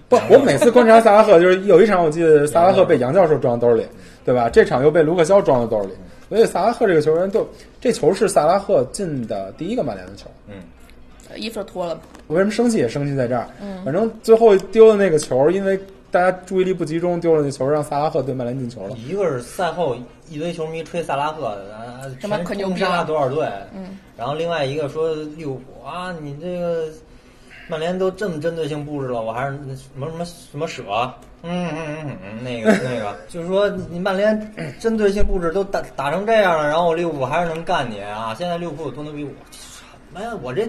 不，我每次观察萨拉赫，就是有一场我记得萨拉赫被杨教授装兜里，对吧？这场又被卢克肖装在兜里，所以萨拉赫这个球员就这球是萨拉赫进的第一个曼联的球，嗯，呃衣服脱了嘛。我为什么生气也生气在这儿？嗯反正最后丢的那个球，因为大家注意力不集中，丢了那球，让萨拉赫对曼联进球了。一个是赛后一堆球迷吹萨拉赫，啊，什么可牛逼了杀多少队？嗯，然后另外一个说利物浦啊，你这个曼联都这么针对性布置了，我还是什么什么什么舍，嗯嗯嗯嗯，那个那个，就是说你曼联针对性布置都打打成这样了，然后利物浦还是能干你啊！现在利物浦有多牛逼？我什么呀？我这。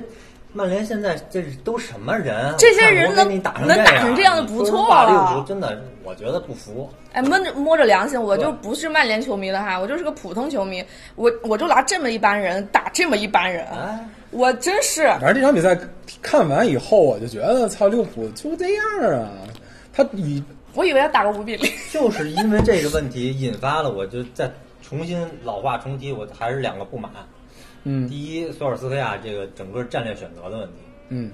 曼联现在这都什么人啊？这些人我能看我给你打成能打成这这样的就不错啊利了物浦真的，我觉得不服。哎，摸着摸着良心，我就对不是曼联球迷了哈，我就是个普通球迷，我我就拿这么一帮人打这么一帮人，啊啊哎，我真是反正这场比赛看完以后，我就觉得操，利物浦就这样啊。他以我以为要打个五比 零。就是因为这个问题引发了，我就再重新老话重提，我还是两个不满。嗯第一，索尔斯克亚这个整个战略选择的问题，嗯，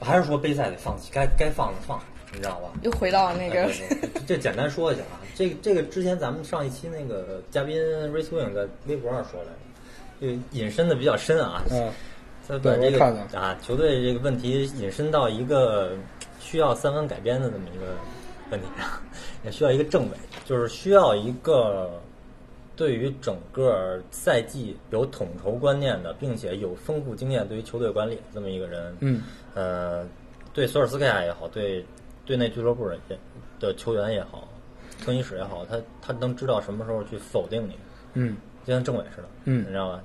我还是说杯赛得放弃，该该放的放，你知道吧？又回到了那个哎，对对对这简单说一下啊，这个这个之前咱们上一期那个嘉宾 Race Wing 在微博上说来着，就引申的比较深啊，嗯，他把对这我看了个啊球队这个问题引申到一个需要三番改编的这么一个问题上，也需要一个政委，就是需要一个对于整个赛季有统筹观念的，并且有丰富经验对于球队管理的这么一个人。嗯，呃，对索尔斯克亚也好，对对内俱乐部也的球员也好，更衣室也好，他他能知道什么时候去否定你，嗯，就像政委似的，嗯你知道吧？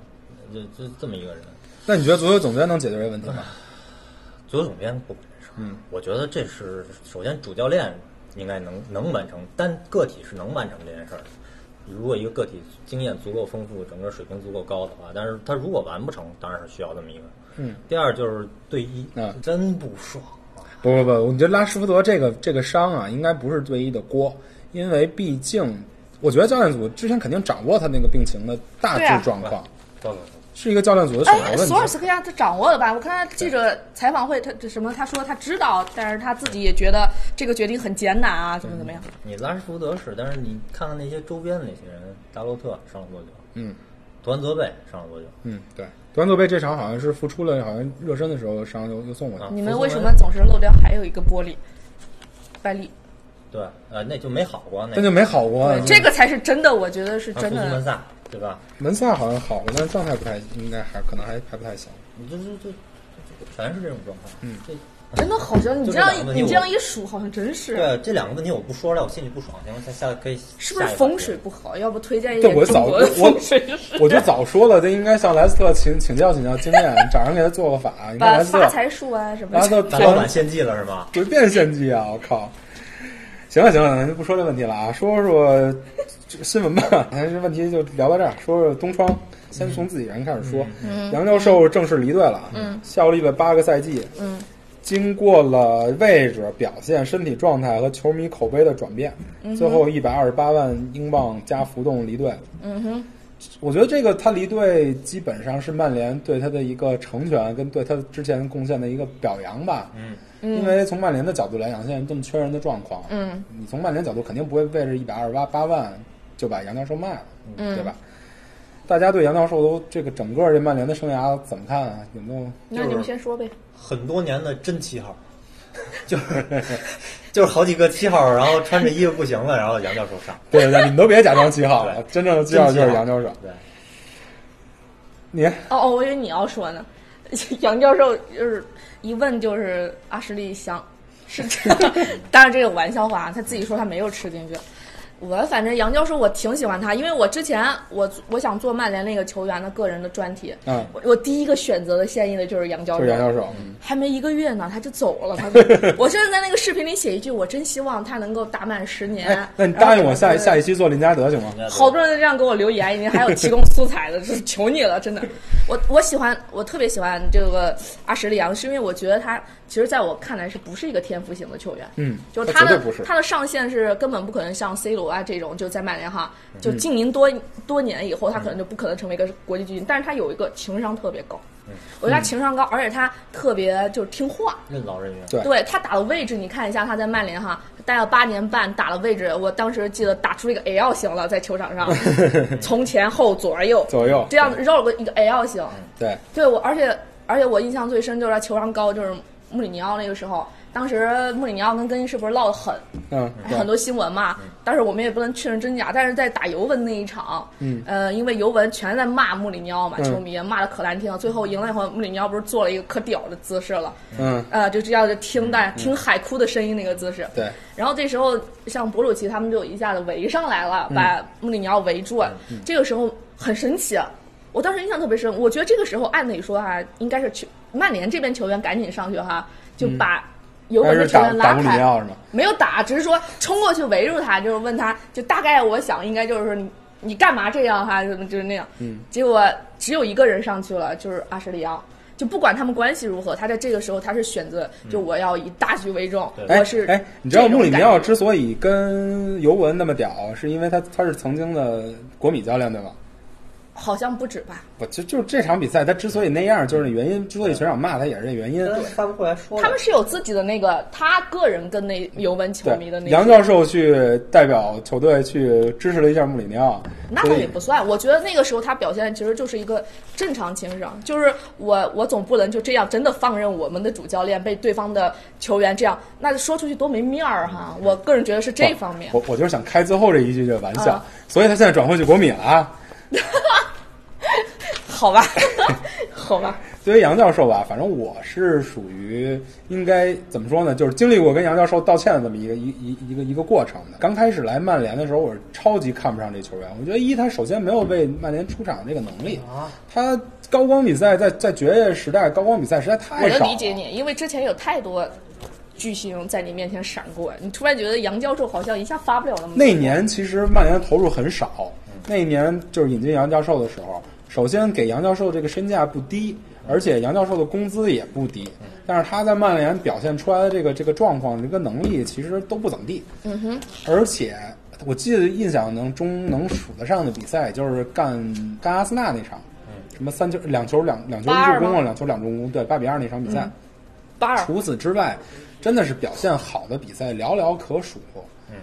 就就这么一个人。那你觉得足球总监能解决这问题吗？足球总监不管这事儿，嗯，我觉得这是首先主教练应该能能完成，单个体是能完成这件事儿的。如果一个个体经验足够丰富，整个水平足够高的话，但是他如果完不成，当然是需要这么一个。嗯，第二就是对一，嗯真不爽啊！不不不，我觉得拉什福德这个这个伤啊，应该不是队医的锅，因为毕竟我觉得教练组之前肯定掌握他那个病情的大对啊致状况，糟糕是一个教练组的手头哎，问题索。尔斯克亚他掌握了吧？我看他记者采访会，他这什么？他说他知道，但是他自己也觉得这个决定很艰难啊，怎么怎么样？你拉什福德是，但是你看看那些周边的那些人，达洛特上了多久？嗯，图安泽贝上了多久？嗯，对，德安佐贝这场好像是复出了，好像热身的时候伤又又送回去。啊你们为什么总是漏掉还有一个玻璃？拜利，对，呃，那就没好过，那但就没好过啊。这个才是真的，我觉得是还真复苏门的。萨，对吧？门萨好像好过，但是状态不太，应该还可能还还不太行。你这这这这全是这种状况。嗯，这真的好像你这样就这两个你这样问一数，好像真是。对这两个问题我不说了，我心里不爽，行，下下可以是不是下一个风水不好？要不推荐一对，点我中早国我的风水师， 我就早说了，这应该向莱斯特请请教请教经验，找人给他做个法。你看把莱斯发特，财树啊什么莱斯特的。咱老突然板献祭了是吗？随便献祭啊！我靠！行了行了，咱就不说这问题了啊，说说这新闻吧。咱这问题就聊到这儿，说说东窗。先从自己人开始说，杨教授正式离队了，嗯，效力了八个赛季，嗯，经过了位置、表现、身体状态和球迷口碑的转变，最后一百二十八万英镑加浮动离队。嗯哼，我觉得这个他离队基本上是曼联对他的一个成全，跟对他之前贡献的一个表扬吧，嗯，因为从曼联的角度来讲，现在这么缺人的状况，嗯，你从曼联角度肯定不会为这一百二十八八万就把杨教授卖了，嗯对吧？大家对杨教授都这个整个这曼联的生涯怎么看啊？有没有？那你们先说呗。很多年的真七号， 就是就是好几个七号，然后穿着衣服不行了，然后杨教授上。对对对，你们都别假装记号了，对真正的记号就是真杨教授。对，你哦哦，我以为你要说呢。杨教授就是一问就是阿什利香， 是这样。当然这个玩笑话，啊他自己说他没有吃进去。我反正杨教授我挺喜欢他，因为我之前我我想做曼联那个球员的个人的专题，嗯我我第一个选择的现役的就是杨教授就是，杨教授，嗯还没一个月呢他就走了。他 就我甚至在那个视频里写一句，我真希望他能够打满十年。哎，那你答应我下一下一。一期做林加德行吗？好多人这样给我留言，已经还有提供素材的， 就是求你了，真的。我我喜欢，我特别喜欢这个阿什利杨，是因为我觉得他其实在我看来是不是一个天赋型的球员，嗯就是他他绝对的不是他的上限是根本不可能像 C 罗啊这种就在曼联哈，嗯就经营多、多年以后，他可能就不可能成为一个国际巨星，但是他有一个情商特别高，嗯我觉得他情商高，而且他特别就是听话，任劳任怨。对对他打的位置，你看一下他在曼联哈待了八年半，打了位置，我当时记得打出一个 L 型了，在球场 上，从前后左右左右这样绕了个一个 L 型。对，对我，而且而且我印象最深就是在球上高，就是穆里尼奥那个时候，当时穆里尼奥跟更衣室不是闹得很 嗯，对很多新闻嘛，但是我们也不能确认真假。但是在打尤文那一场，嗯呃，因为尤文全在骂穆里尼奥嘛，嗯球迷骂的可难听了。最后赢了以后，穆里尼奥不是做了一个可屌的姿势了，嗯，呃，就这样就听但听海哭的声音那个姿势。对，然后这时候像博鲁奇他们就一下子围上来嗯了，把穆里尼奥围住了。这个时候很神奇、啊，我当时印象特别深。我觉得这个时候按理说哈、应该是球曼联这边球员赶紧上去哈、就把尤嗯还文的是球打员打拉穆里开尼。奥是吗？没有打，只是说冲过去围住他，就是问他，就大概我想应该就是说你你干嘛这样哈、什么就是那样。嗯，结果只有一个人上去了，就是阿什利昂。就不管他们关系如何，他在这个时候他是选择，就我要以大局为重，对嗯哎我是哎，你知道这种穆里尼感奥觉之所以跟尤文那么屌，是因为他他是曾经的国米教练对吧？好像不止吧？我就就是这场比赛他之所以那样，就是那原因，之所以全场骂他也是这原因。跟发布会还说了他们是有自己的那个他个人跟那尤文球迷的对，那杨种教授去代表球队去支持了一下穆里尼奥，那倒所以也不算，我觉得那个时候他表现的其实就是一个正常情商，就是我我总不能就这样真的放任我们的主教练被对方的球员这样，那说出去多没面儿哈。嗯我个人觉得是这方面，我我就是想开最后这一句这玩笑，啊所以他现在转会去国米了啊。好吧， 好吧，对于杨教授吧，反正我是属于应该怎么说呢，就是经历过跟杨教授道歉的这么一个一一一个一个过程的。刚开始来曼联的时候，我是超级看不上这球员。我觉得一他首先没有为曼联出场这个能力，啊，他高光比赛在在爵爷时代高光比赛实在太我少能了。理解你，因为之前有太多巨星在你面前闪过，你突然觉得杨教授好像一下发不了那么多那年其实曼联投入很少，那一年就是引进杨教授的时候，首先给杨教授这个身价不低，而且杨教授的工资也不低，但是他在曼联表现出来的这个这个状况、这个能力其实都不怎么地。嗯哼，而且我记得印象能中能数得上的比赛就是干干阿森纳那场，什么三球两球两两球一助攻8-2啊，两球两助攻，对八比二那场比赛。巴尔除此之外，真的是表现好的比赛寥寥可数。嗯，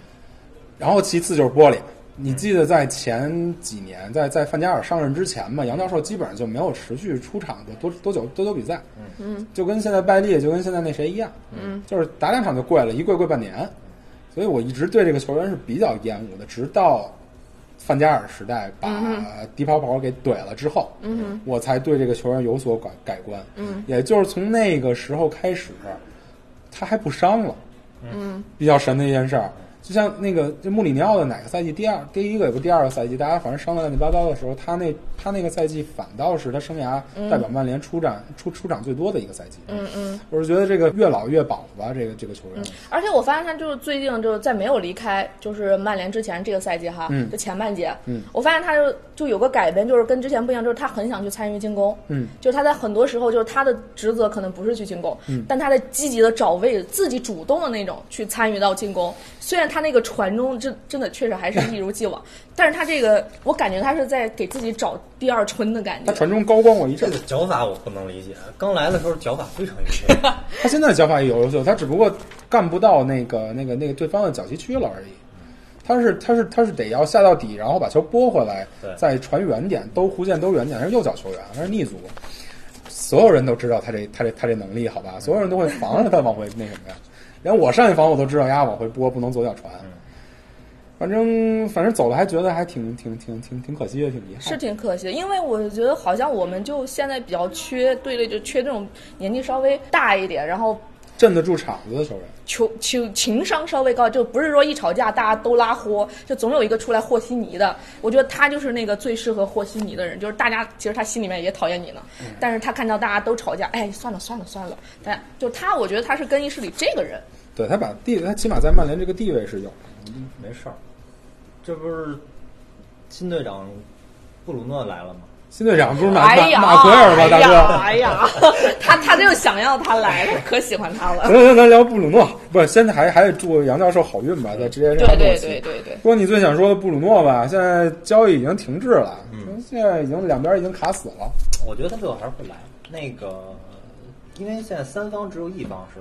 然后其次就是玻璃。你记得在前几年，在在范加尔上任之前嘛，杨教授基本上就没有持续出场过多多久多久比赛。嗯，就跟现在拜利，就跟现在那谁一样。嗯，就是打两场就跪了，一跪跪半年。所以我一直对这个球员是比较厌恶的，直到范加尔时代把迪跑跑给怼了之后，我才对这个球员有所改改观。也就是从那个时候开始，他还不伤了，比较神的一件事儿。就像那个就穆里尼奥的哪个赛季，第二第一个也不第二个赛季，大家反正伤的乱七八糟的时候，他那他那个赛季反倒是他生涯代表曼联出战、出出场最多的一个赛季。嗯嗯，我是觉得这个越老越保吧，这个这个球员。而且我发现他就是最近就是在没有离开就是曼联之前这个赛季哈，嗯就前半节，嗯我发现他就就有个改变，就是跟之前不一样，就是他很想去参与进攻，嗯，就是他在很多时候就是他的职责可能不是去进攻，嗯，但他在积极的找位，自己主动的那种去参与到进攻。虽然他那个传中真真的确实还是一如既往， 但是他这个我感觉他是在给自己找第二春的感他觉。传中高光我一这阵个，脚法我不能理解，刚来的时候脚法非常 优秀， 他现在脚法也有优秀，他只不过干不到那个那个那个对方的脚旗区了而已。他是他是他是得要下到底，然后把球拨回来对，再传远点，兜弧线兜远点。他是右脚球员，他是逆足，所有人都知道他这他这他这能力，好吧？所有人都会防着他往回那什么呀，连我上一防我都知道呀，往回拨不能左脚传。反正反正走了还觉得还挺挺挺挺挺可惜的，挺遗是憾。挺可惜的，因为我觉得好像我们就现在比较缺队类，就缺这种年纪稍微大一点，然后镇得住场子的球员，球球情商稍微高，就不是说一吵架大家都拉豁，就总有一个出来和稀泥的。我觉得他就是那个最适合和稀泥的人，就是大家其实他心里面也讨厌你呢，嗯但是他看到大家都吵架，哎，算了算了算了，但就他，我觉得他是更衣室里这个人，对他把地他起码在曼联这个地位是有的。没事儿。这不是新队长布鲁诺来了吗？新队长不是马马哎呀，马奎尔吗，大哎哥？呀，哎呀，他他就想要他来了，可喜欢他 了。咱咱咱聊布鲁诺，不是，现在还还得祝杨教授好运吧，在职业对上对对对对，说你最想说的布鲁诺吧，现在交易已经停滞了，嗯，现在已经两边已经卡死了，我觉得他最后还是会来。那个，因为现在三方只有一方是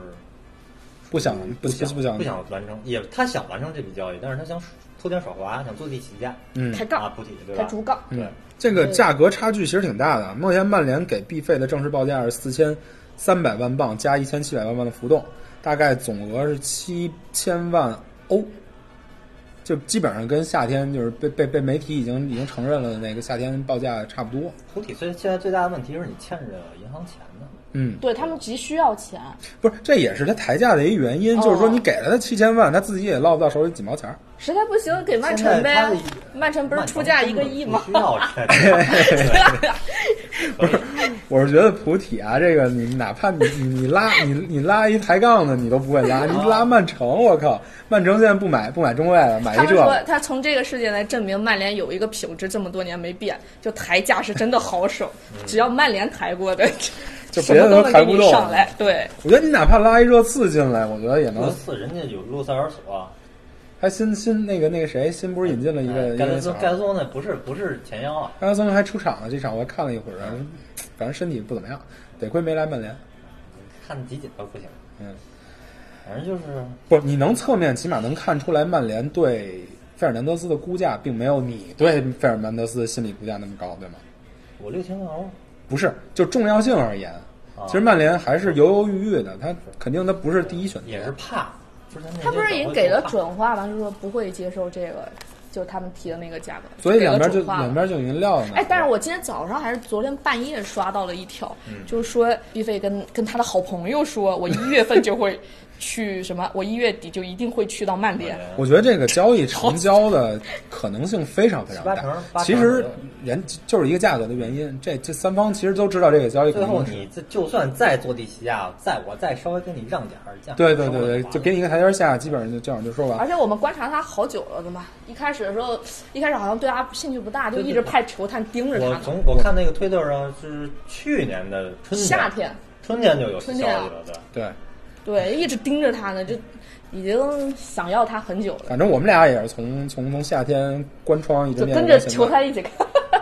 不想不想不想不想完成，也他想完成这笔交易，但是他想偷奸耍滑，想坐地起价，嗯抬啊杠，不抵对抬吧？竹杠，对，这个价格差距其实挺大的。目前曼联给 B 费的正式报价是四千三百万镑加一千七百万镑的浮动，大概总额是七千万欧，就基本上跟夏天就是被被被媒体已经已经承认了那个夏天报价差不多。胡体最现在最大的问题是你欠着银行钱呢。嗯，对他们急需要钱，不是，这也是他抬价的一原因，哦就是说你给了他七千万，他自己也落不到手里几毛钱儿。实在不行给曼现在城他呗的，曼城不是出价一个亿吗不？需 要这哎个 我是觉得普体啊，这个你哪怕你你你拉你你拉一抬杠的，你都不会拉，你拉曼城，我靠，曼城现在不买不买中卫了，买他一们这说个，他从这个事件来证明曼联有一个品质这么多年没变，就抬价是真的好手，只要曼联抬过的，嗯 就什别么的都能抬给不你动。上来。对，我觉得你哪怕拉一热刺进来，我觉得也热能。刺人家有洛塞尔索，啊还新新那个那个谁，新不是引进了一个一哎盖个德小松孩盖德松那不是不是前腰啊，高德松还出场了，这场我还看了一会儿，反正身体不怎么样，得亏没来曼联。看集锦都不行，嗯，反正就是不，你能侧面起码能看出来，曼联对费尔南德斯的估价，并没有你对费尔南德斯的心理估价那么高，对吗？五六千欧，不是，就重要性而言，啊其实曼联还是犹犹豫豫的，他肯定他不是第一选择。也是怕，不是他不是已经给了准话吗？就说不会接受这个，就他们提的那个价格，所以两边给就了准话两边就已经撂了嘛。哎，但是我今天早上还是昨天半夜刷到了一条，就是说毕飞跟跟他的好朋友说，我一月份就会去什么，我一月底就一定会去到曼联。我觉得这个交易成交的可能性非常非常七八成大。八成其实人就是一个价格的原因，这这三方其实都知道这个交易可最后能性。你这就算再坐地起价，再我再稍微跟你让点儿价，对对对对，稍微就给你一个台阶下，基本上就这样就说完而。且我们观察他好久了的嘛，一开始的时候，一开始好像对他兴趣不大，就一直派球探盯着他我呢。从我看那个推特上是去年的春天夏天，春天就有消春息天啊了，对吧。对，对，一直盯着他呢，就已经想要他很久了，反正我们俩也是从从从夏天关窗一直就练跟习到着现在球探一起看。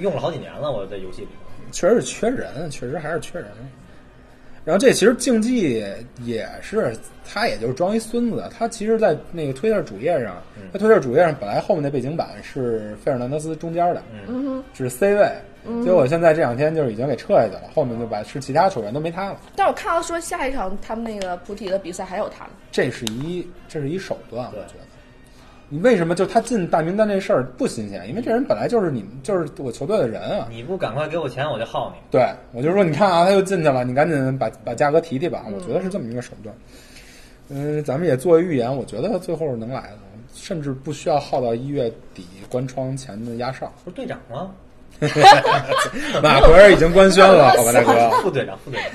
用了好几年了，我在游戏里头。确实是缺人，确实还是缺人。然后这其实竞技也是，他也就是装一孙子。他其实，在那个推特主页上，嗯他推特主页上本来后面那背景板是费尔南德斯中间的，嗯、是 C 位，结果现在这两天就是已经给撤下去了，后面就把是其他球员都没他了。但我看到说下一场他们那个菩提的比赛还有他呢，这是一这是一手段，我对觉得。你为什么就他进大名单这事儿不新鲜？因为这人本来就是你们就是我球队的人啊。你不赶快给我钱，我就耗你。对，我就说你看啊，他又进去了，你赶紧把把价格提提吧。嗯我觉得是这么一个手段。嗯，咱们也做预言，我觉得他最后是能来的，甚至不需要耗到一月底关窗前的 压哨。不是队长吗？马奎尔已经官宣 了，好吧，大哥。副队长，副队长。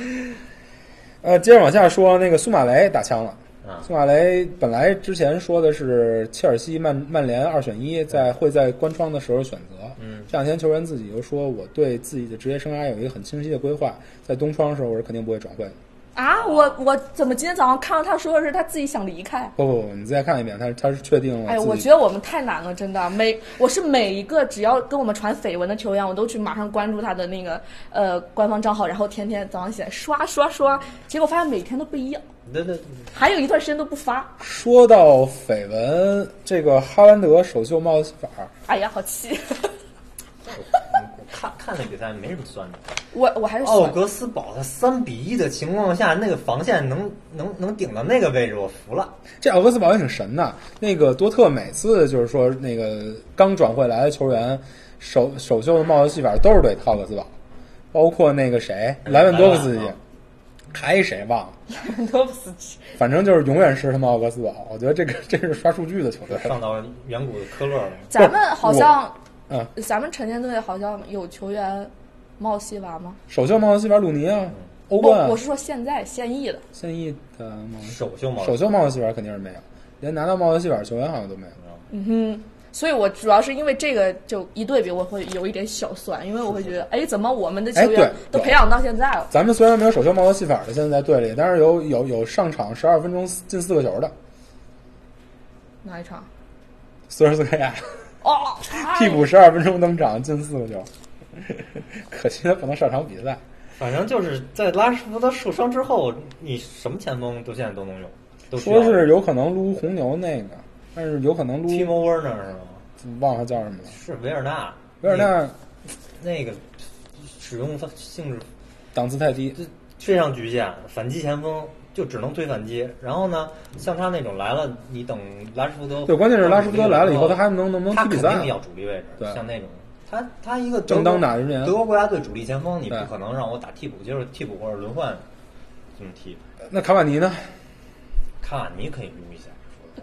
呃，接着往下说，那个苏马雷打枪了。啊苏马雷本来之前说的是切尔西、曼曼联二选一，在会在关窗的时候选择。嗯，这两天球员自己又说，我对自己的职业生涯有一个很清晰的规划，在冬窗的时候我是肯定不会转会的。啊，我我怎么今天早上看到他说的是他自己想离开？不不不，你再看一遍，他他是确定了。哎，我觉得我们太难了，真的。每我是每一个只要跟我们传绯闻的球员，我都去马上关注他的那个呃官方账号，然后天天早上起来刷刷刷，结果发现每天都不一样，对对，还有一段时间都不发。说到绯闻，这个哈兰德首秀帽子戏法，哎呀，好气！ 我看看那比赛没什么酸的。我我还是 哦奥喜欢格斯堡他三比一的情况下，那个防线能能能顶到那个位置，我服了。这奥格斯堡也挺神的。那个多特每次就是说，那个刚转会来的球员首首秀的帽子戏法都是对奥格斯堡，包括那个谁莱万多夫斯基莱万啊，还谁忘了， 兰多夫斯基，反正就是永远是他们奥格斯堡。我觉得这个这是刷数据的球队。上到远古的科勒了。咱们好像嗯，咱们陈建队好像有球员冒西娃吗？首秀帽子戏法鲁尼啊，欧不，冠哦我是说现在现役的。现役的帽子戏法首秀嘛，首秀帽子戏法肯定是没有，连拿到帽子戏法球员好像都没有。所以我主要是因为这个就一对比，我会有一点小酸，因为我会觉得，哎，怎么我们的球哎对员都培养到现在了？咱们虽然没有首秀帽子戏法的现在在队里，但是有有有上场十二分钟进四个球的，哪一场？四十四个亚哦， 替补十二分钟登场进四个球，可惜他不能上场比赛。反正就是在拉什福德受伤之后，你什么前锋都现在都能用，都需要说是有可能撸红牛那个，但是有可能撸 Timo Werner 是吗？忘了叫什么了。是维尔纳，维尔纳那个使用它性质档次太低，就非常局限，反击前锋就只能推反击。然后呢，像他那种来了，你等拉什福德，对关键是拉什福德来了以后他还能能不能他踢比肯赛定要主力位置，对像那种。他他一个德国正当打之年德国国家队主力前锋，你不对可能让我打替补，就是替补或者轮换这么踢。那卡瓦尼呢？卡瓦尼可以撸一下，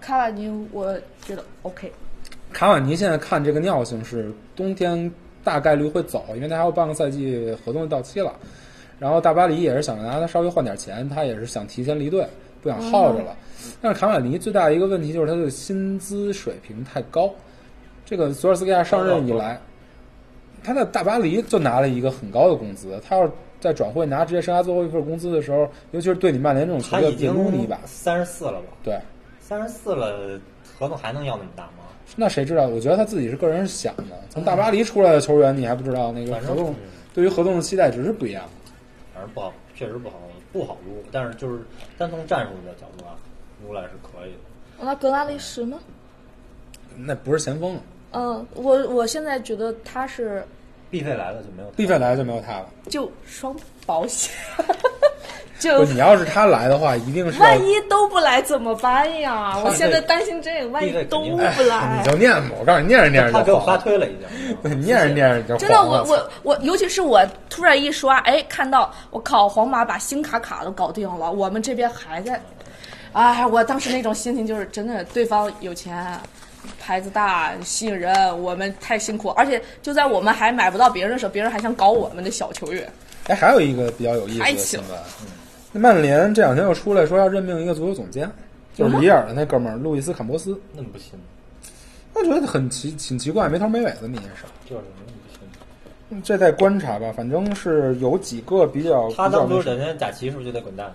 卡瓦尼，我觉得 OK。卡瓦尼现在看这个尿性是冬天大概率会走，因为他还有半个赛季合同就到期了。然后大巴黎也是想拿他稍微换点钱，他也是想提前离队，不想耗着了。嗯但是卡瓦尼最大的一个问题就是他的薪资水平太高。这个索尔斯克亚上任以来，他在大巴黎就拿了一个很高的工资，他要是在转会拿职业生涯最后一份工资的时候，尤其是对你曼联这种球他队，已得经撸你一把。三十四了吧？对，三十四了，合同还能要那么大吗？那谁知道？我觉得他自己是个人想的。从大巴黎出来的球员，你还不知道那个反合正同嗯，对于合同的期待值是不一样的。反正不好，确实不好，不好撸。但是就是单从战术的角度啊，撸来是可以的。那格拉利什呢？那不是前锋了，嗯，我我现在觉得他是毕费来了就没有利费来就没有他了。就双保险， 不，就是你要是他来的话，一定是要万一都不来怎么办呀？我现在担心这个，万一都不你来。就念吧。我告诉你，念着念着他给就我发黄了。推了已经。对，念着念着就真的，黄我了我我，尤其是我突然一刷，哎，看到我靠，皇马把新卡卡都搞定了，我们这边还在，哎，我当时那种心情就是真的，对方有钱，牌子大，吸引人，我们太辛苦，而且就在我们还买不到别人的时候，别人还想搞我们的小球员， 哎，还有一个比较有意思太的气新了闻，嗯那曼联这两天又出来说要任命一个足球总监，就是里尔的那哥们儿路易斯坎波斯。那么不信，我觉得很奇，挺奇怪，没头没尾的那件事儿。就是那么不信。嗯这在观察吧，反正是有几个比较他比较当那初什么人家贾奇是不是就得滚蛋？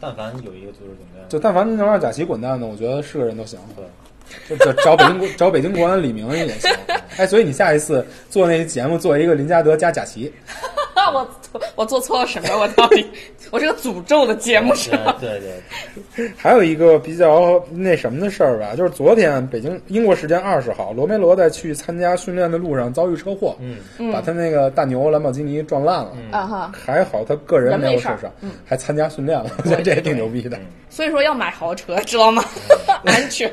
但凡有一个足球总监，就但凡能让贾奇滚蛋的，我觉得是个人都行。对，就就找北京国 找北京国安李明也行。哎，所以你下一次做那节目，做一个林加德加贾奇，哈，我我做错了什么？我到底我是个诅咒的节目是吗？对对对，还有一个比较那什么的事儿吧，就是昨天北京英国时间二十号，罗梅罗在去参加训练的路上遭遇车祸，嗯，把他那个大牛兰博基尼撞烂了。啊哈，还好他个人没有嗯受人没事伤，还参加训练了，我觉得 这也挺牛逼的。 所以说要买豪车，知道吗？ 安全。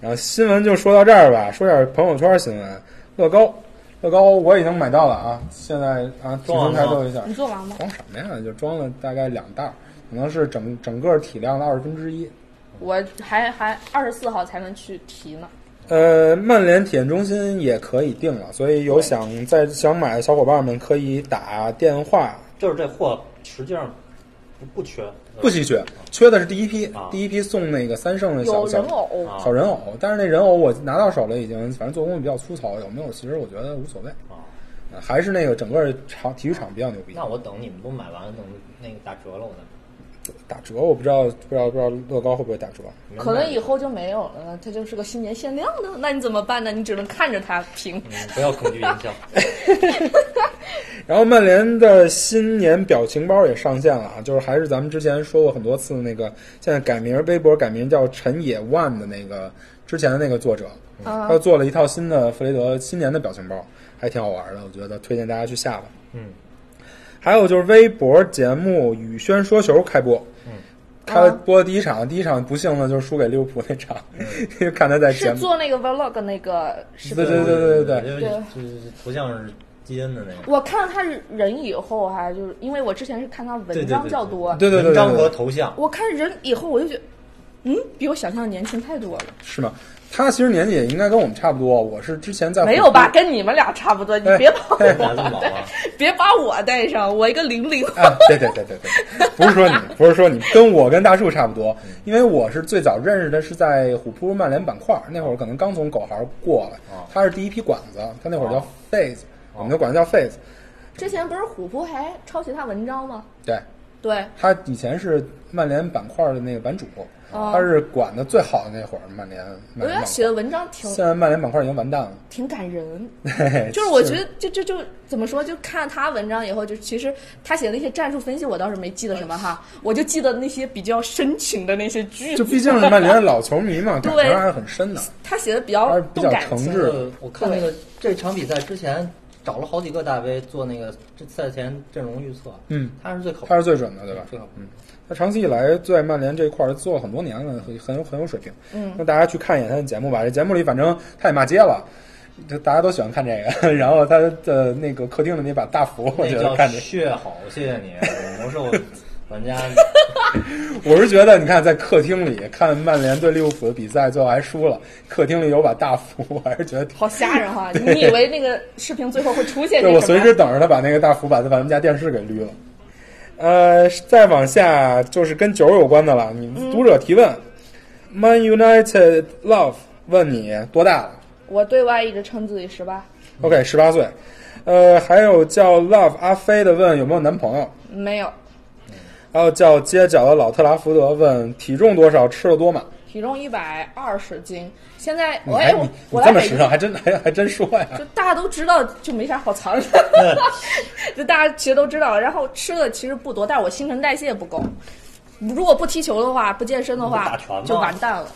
然后新闻就说到这儿吧，说点朋友圈新闻。乐高，乐高我已经买到了啊，现在啊，提前开售一下。你做完吗？装什么呀？就装了大概两袋儿，可能是整整个体量的二分之一。我还还二十四号才能去提呢。呃，曼联体验中心也可以订了，所以有想在想买的小伙伴们可以打电话。就是这货实际上不不缺，不稀缺，缺的是第一批啊，第一批送那个三圣的小有小人偶，啊小人偶，但是那人偶我拿到手了，已经反正做工比较粗糙，有没有其实我觉得无所谓，啊。呃还是那个整个场体育场比较牛逼。那我等你们都买完了，等那个打折了，我再买打折我不知道，不知道不知道乐高会不会打折。没人可能买以后就没有了，它就是个新年限量的，那你怎么办呢？你只能看着它评。嗯不要恐惧营销。然后曼联的新年表情包也上线了啊，就是还是咱们之前说过很多次的那个，现在改名微博改名叫陈野万的那个之前的那个作者，啊他又做了一套新的弗雷德新年的表情包，还挺好玩的，我觉得推荐大家去下吧。嗯，还有就是微博节目《宇轩说球》开播，嗯，开啊播第一场，第一场不幸的就是输给利物浦那场， 因为看他在节是目，做那个 vlog 那个视频对，对对对对因为就是头像是基因的那个。我看了他人以后哈、就是因为我之前是看他文章较多，对对对对文章对和头像，我看人以后我就觉得，嗯，比我想象的年轻太多了。是吗？他其实年纪也应该跟我们差不多，我是之前在没有吧？？跟你们俩差不多，你哎别把 咱这么老啊，别把我带上，我一个零零后。啊，对对对对对，不是说你，不是说你，跟我跟大树差不多，因为我是最早认识的是在虎扑曼联板块儿，那会儿可能刚从狗孩儿过来哦，他是第一批管子，他那会儿叫 phase，我们就管他叫 phase，之前不是虎扑还抄袭他文章吗？对，对，他以前是曼联板块的那个版主，他是管的最好的那会儿曼联。哦我觉得曼联他板写块的文章挺现在曼联板块已经完蛋了，挺感人，嘿 就是我觉得就就就怎么说，就看他文章以后，就其实他写的那些战术分析，我倒是没记得什么哈，我就记得那些比较深情的那些句 就子，毕竟是曼联的老球迷嘛，感对情还是很深的。 他写的比还较是比动较感诚情。挚呃我看那个这场比赛之前找了好几个大 V 做那个这赛前阵容预测，嗯，他是最嗯靠谱他，是最准的，对吧？最靠谱。他长期以来在曼联这一块儿做了很多年了，很很有很有水平。嗯，那大家去看一眼他的节目吧。这节目里反正他也骂街了，就大家都喜欢看这个。 然后他的那个客厅的那把大斧，我觉得那看叫着，血好，谢谢你，我魔兽玩家。我是觉得你看在客厅里看曼联对利物浦的比赛，最后还输了，客厅里有把大斧，我还是觉得挺。好吓人哈！你以为那个视频最后会出现 对，那我什随么时？等着他把那个大斧把他把他们家电视给捋了。呃，再往下就是跟酒有关的了。你嗯读者提问、m a n United Love 问你多大了我对外一直称自己十八， ？OK，十嗯八岁。呃，还有叫 Love 阿飞的问有没有男朋友，没有，还有叫街角的老特拉福德问体重多少，吃了多满。体重一百二十斤，现在你我还哎你我你我这来么北时京尚，还真还还真说呀？就大家都知道，就没啥好藏的， 就大家其实都知道。然后吃的其实不多，但是我新陈代谢不够。如果不踢球的话，不健身的你不话打拳吗，就完蛋了。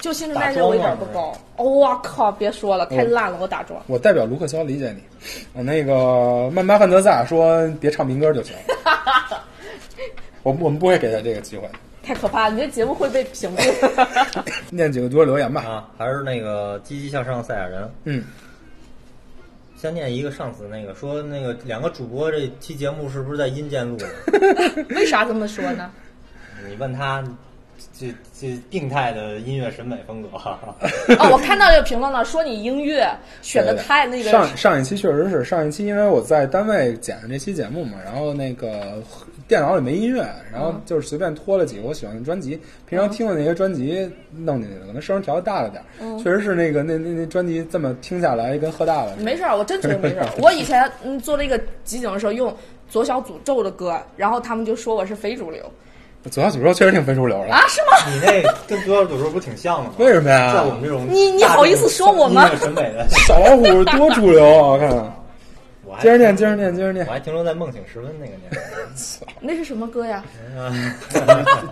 就新陈代谢打桩我吗一点不够。哦我、靠，别说了，太烂了，我打桩。我代表卢克肖理解你。我那个曼巴汉德萨说别唱民歌就行。我 们我们不会给他这个机会。太可怕了！你这节目会被屏蔽。 念几个读者留言吧。 啊，还是那个积极向上的赛亚人。嗯，先念一个上次那个说那个两个主播这期节目是不是在阴间录的？为啥这么说呢？你问他这这病态的音乐审美风格，哈哈哦，我看到这个评论了，说你音乐选的对对对太那个。上上一期确实是上一期，因为我在单位剪的这期节目嘛，然后那个电脑里没音乐，然嗯后就是随便拖了几个我喜欢的专辑，平常听的那些专辑弄进去了，可能声儿调的大了点儿，嗯确实是那个那那那专辑这么听下来跟喝大了似的。没事儿，我真觉得没事儿。我以前嗯做那个集锦的时候用左小诅咒的歌，然后他们就说我是非主流左小诅咒确实挺非主流的，啊？是吗？你那跟左小诅咒不挺像的吗？为什么呀在我们这种你你好意思说我吗大众音乐审美的，小老虎多主流啊！我看看，我还接着念，接着念，接着念我，还停留在梦醒时分那个年代。那是什么歌呀？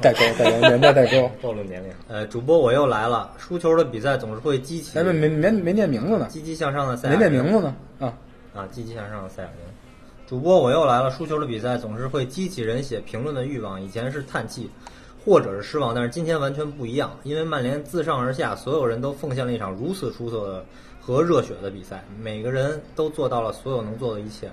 代沟，代沟，年代代沟。暴露年龄。呃，主播我又来了，输球的比赛总是会激起咱们哎没没没念名字 呢，积极向上的赛亚没人，念名字呢啊！啊，积极向上的赛亚人。主播我又来了，输球的比赛总是会激起人写评论的欲望。以前是叹气，或者是失望，但是今天完全不一样，因为曼联自上而下，所有人都奉献了一场如此出色的和热血的比赛，每个人都做到了所有能做的一切。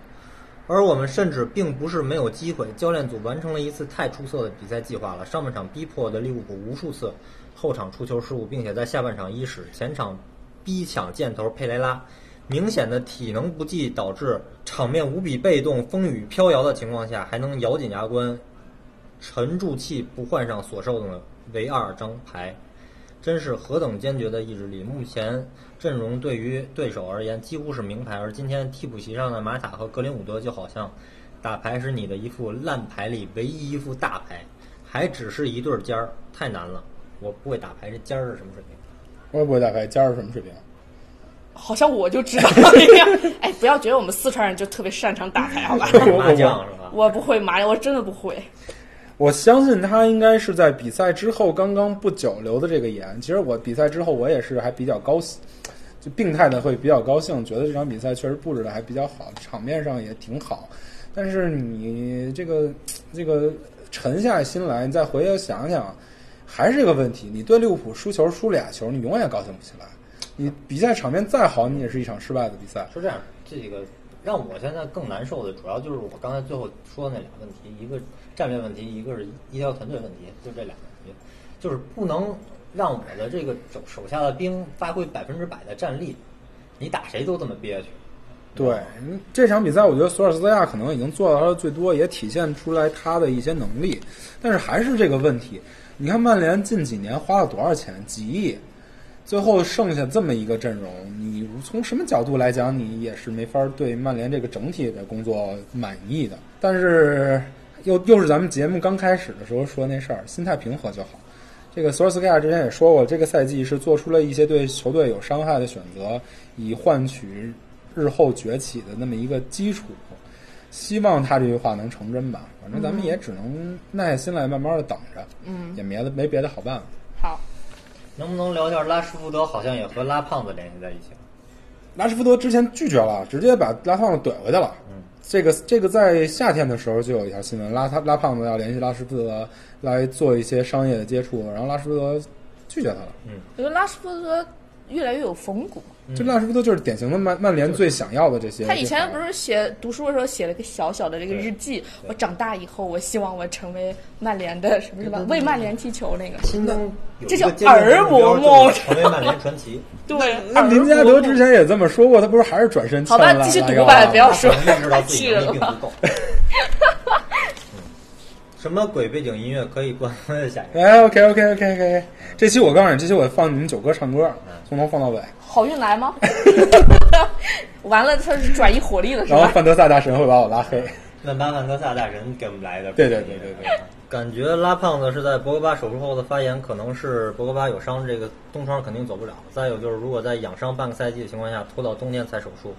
而我们甚至并不是没有机会，教练组完成了一次太出色的比赛计划了。上半场逼迫的利物浦无数次，后场出球失误，并且在下半场伊始，前场逼抢箭头佩雷拉，明显的体能不济导致场面无比被动、风雨飘摇的情况下，还能咬紧牙关，沉住气不换上所受的唯二张牌，真是何等坚决的意志力！目前阵容对于对手而言几乎是名牌，而今天替补席上的马塔和格林伍德就好像打牌时你的一副烂牌里唯一一副大牌，还只是一对儿尖儿，太难了！我不会打牌，这尖儿是什么水平？我也不会打牌，尖儿是什么水平？好像我就知道一样。 哎，不要觉得我们四川人就特别擅长打牌，好吧？打 麻将是吧？哎我不会麻将，我真的不会。我相信他应该是在比赛之后刚刚不久留的这个言。其实我比赛之后，我也是还比较高兴，就病态的会比较高兴，觉得这场比赛确实布置的还比较好，场面上也挺好。但是你这个这个沉下心来，你再回头想想，还是这个问题。你对利物浦输球输俩球，你永远高兴不起来。你比赛场面再好，你也是一场失败的比赛。是这样，这个让我现在更难受的，主要就是我刚才最后说的那俩问题，一个战略问题，一个是医疗团队问题，就这俩问题，就是不能让我的这个手手下的兵发挥百分之百的战力，你打谁都这么憋屈。对，嗯这场比赛我觉得索尔斯克亚可能已经做到他的最多，也体现出来他的一些能力。但是还是这个问题，你看曼联近几年花了多少钱？几亿，最后剩下这么一个阵容，你从什么角度来讲，你也是没法对曼联这个整体的工作满意的。但是又又是咱们节目刚开始的时候说那事儿，心态平和就好。这个索尔斯克亚之前也说过，这个赛季是做出了一些对球队有伤害的选择，以换取日后崛起的那么一个基础。希望他这句话能成真吧，反正咱们也只能耐心来慢慢的等着，嗯，也没了没别的好办法。好，能不能聊点拉什福德？好像也和拉胖子联系在一起了。拉什福德之前拒绝了，直接把拉胖子怼回去了。嗯，这个这个在夏天的时候就有一条新闻，拉他拉胖子要联系拉什福德来做一些商业的接触，然后拉什福德拒绝他了。我觉得拉什福德越来越有风骨。这拉什福德就是典型的曼曼联最想要的这些。他以前不是写读书的时候写了一个小小的这个日记，我长大以后我希望我成为曼联的什么什么，为曼联踢球那个。心中有这一叫个坚定的耳目濡标目就是成为曼联 传奇。对，那林加德之前也这么说过，他不是还是转身好吧签了，继续拉读要吧，吗不要说可能认识到太自己气能人力并了。不够。嗯什么鬼背景音乐可以关在下一个？哎，OK OK OK OK，这期我告诉你，这期我放你们九哥唱歌，从头放到尾，好运来 吗？ 完了，他是转移火力了是然后吧？范德萨大神会把我拉黑。曼巴曼德萨大神给我们来的。对对对对对。感觉拉胖子是在博格巴手术后的发言，可能是博格巴有伤，这个冬窗肯定走不了。再有就是，如果在养伤半个赛季的情况下拖到冬天才手术，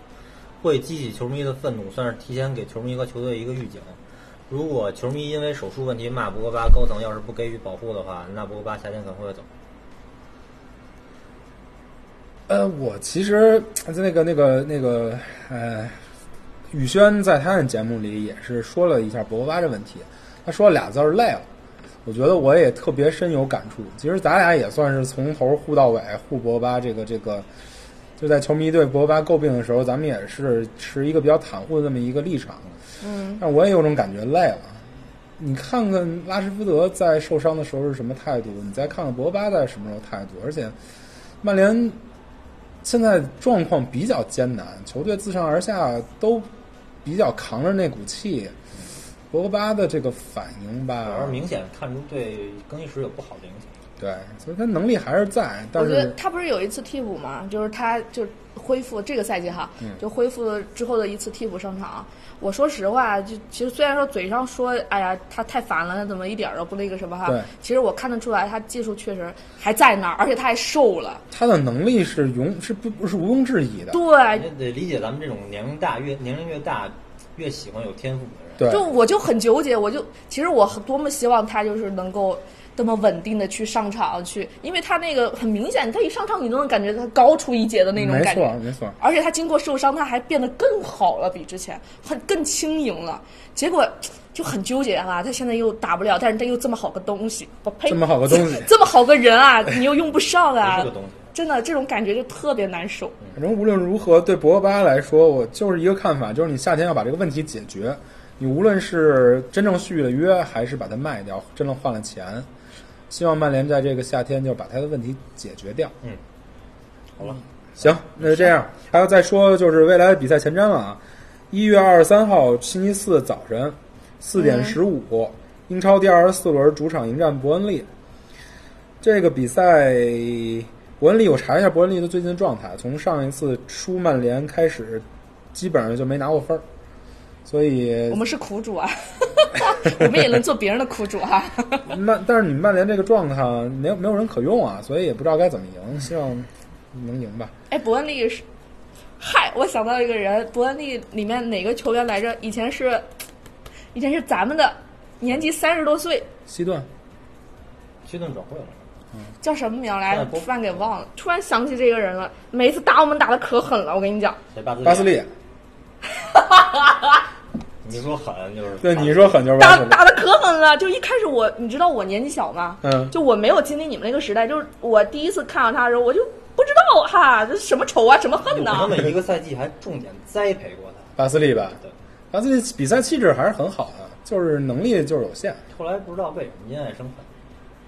会激起球迷的愤怒，算是提前给球迷和球队一个预警。如果球迷因为手术问题骂博格巴，高层要是不给予保护的话，那博格巴夏天可能会走。呃，我其实呃那个那个那个呃，宇轩在他的节目里也是说了一下博格巴这问题，他说了俩字儿累了。我觉得我也特别深有感触。其实咱俩也算是从头护到尾护博格巴这个这个，就在球迷对博格巴诟病的时候，咱们也是持一个比较袒护的这么一个立场。嗯，但我也有种感觉累了。你看看拉什福德在受伤的时候是什么态度，你再看看博格巴在什么时候态度，而且曼联现在状况比较艰难，球队自上而下都比较扛着那股气。博格巴的这个反应吧，主要是明显看出对更衣室有不好的影响。对，所以他能力还是在，但我觉得是他不是有一次替补嘛，就是他就恢复这个赛季哈，嗯就恢复了之后的一次替补上场。我说实话，就其实虽然说嘴上说，哎呀，他太烦了，他怎么一点儿都不那个什么哈对，其实我看得出来，他技术确实还在那儿，而且他还瘦了。他的能力是永是不不是毋庸置疑的。对，也得理解咱们这种年龄大越年龄越大越喜欢有天赋的人。对，就我就很纠结，我就其实我多么希望他就是能够这么稳定的去上场去，因为他那个很明显，他一上场你都能感觉他高出一截的那种没感错觉。没错。而且他经过受伤，他还变得更好了，比之前很更轻盈了。结果就很纠结啊，他现在又打不了，但是他又这么好个东西，我呸，这么好个东 西这么好个人啊，你又用不上不 啊是个东西，真的这种感觉就特别难受。反正无论如何，对博格巴来说，我就是一个看法，就是你夏天要把这个问题解决。你无论是真正续了约，还是把它卖掉，真正换了钱，希望曼联在这个夏天就把他的问题解决掉。嗯，好了，行，那就这样。还要再说就是未来的比赛前瞻了啊！一月二十三号星期四早晨四点十嗯五，英超第二十四轮主场迎战伯恩利。这个比赛，伯恩利我查一下伯恩利的最近的状态，从上一次输曼联开始，基本上就没拿过分儿，所以我们是苦主啊， 我们也能做别人的苦主啊。 曼，但是你曼联这个状态没有没有人可用啊，所以也不知道该怎么赢，希望能赢吧。哎，伯恩利是，嗨，我想到一个人，伯恩利里面哪个球员来着？以前是，以前是咱们的，年纪三十多岁，西顿，屈顿转会了。叫什么名来着哎？伯突然给忘了，突然想起这个人了。每次打我们打的可狠了，我跟你讲，谁巴斯巴斯利，你说狠就是对你说狠就是巴打斯利。打的可狠了。就一开始我，你知道我年纪小嘛，嗯就我没有经历你们那个时代，就是我第一次看到他的时候，我就不知道哈，这什么仇啊，什么恨有呐、那么一个赛季还重点栽培过他。巴斯利吧，对，巴斯利比赛气质还是很好的，就是能力就是有限，后来不知道为什么因爱生恨。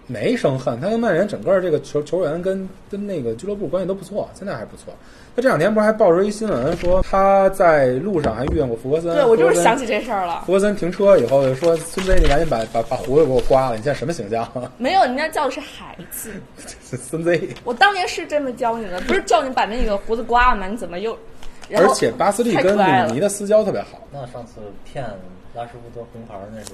没生恨。他跟曼联整个这个球球员跟跟那个俱乐部关系都不错，现在还不错。他这两天不是还爆出一新闻说他在路上还遇见过福格森，对我就是福格森想起这事儿了。福格森停车以后就说：“孙飞，你赶紧把把把胡子给我刮了，你现在什么形象啊没有，人家叫的是孩子。？” 孙飞。我当年是这么教你的，不是叫你把那个胡子刮了吗？你怎么又？然而后且巴斯利太跟可爱鲁了尼。的私交特别好，那上次骗拉什福德红牌那是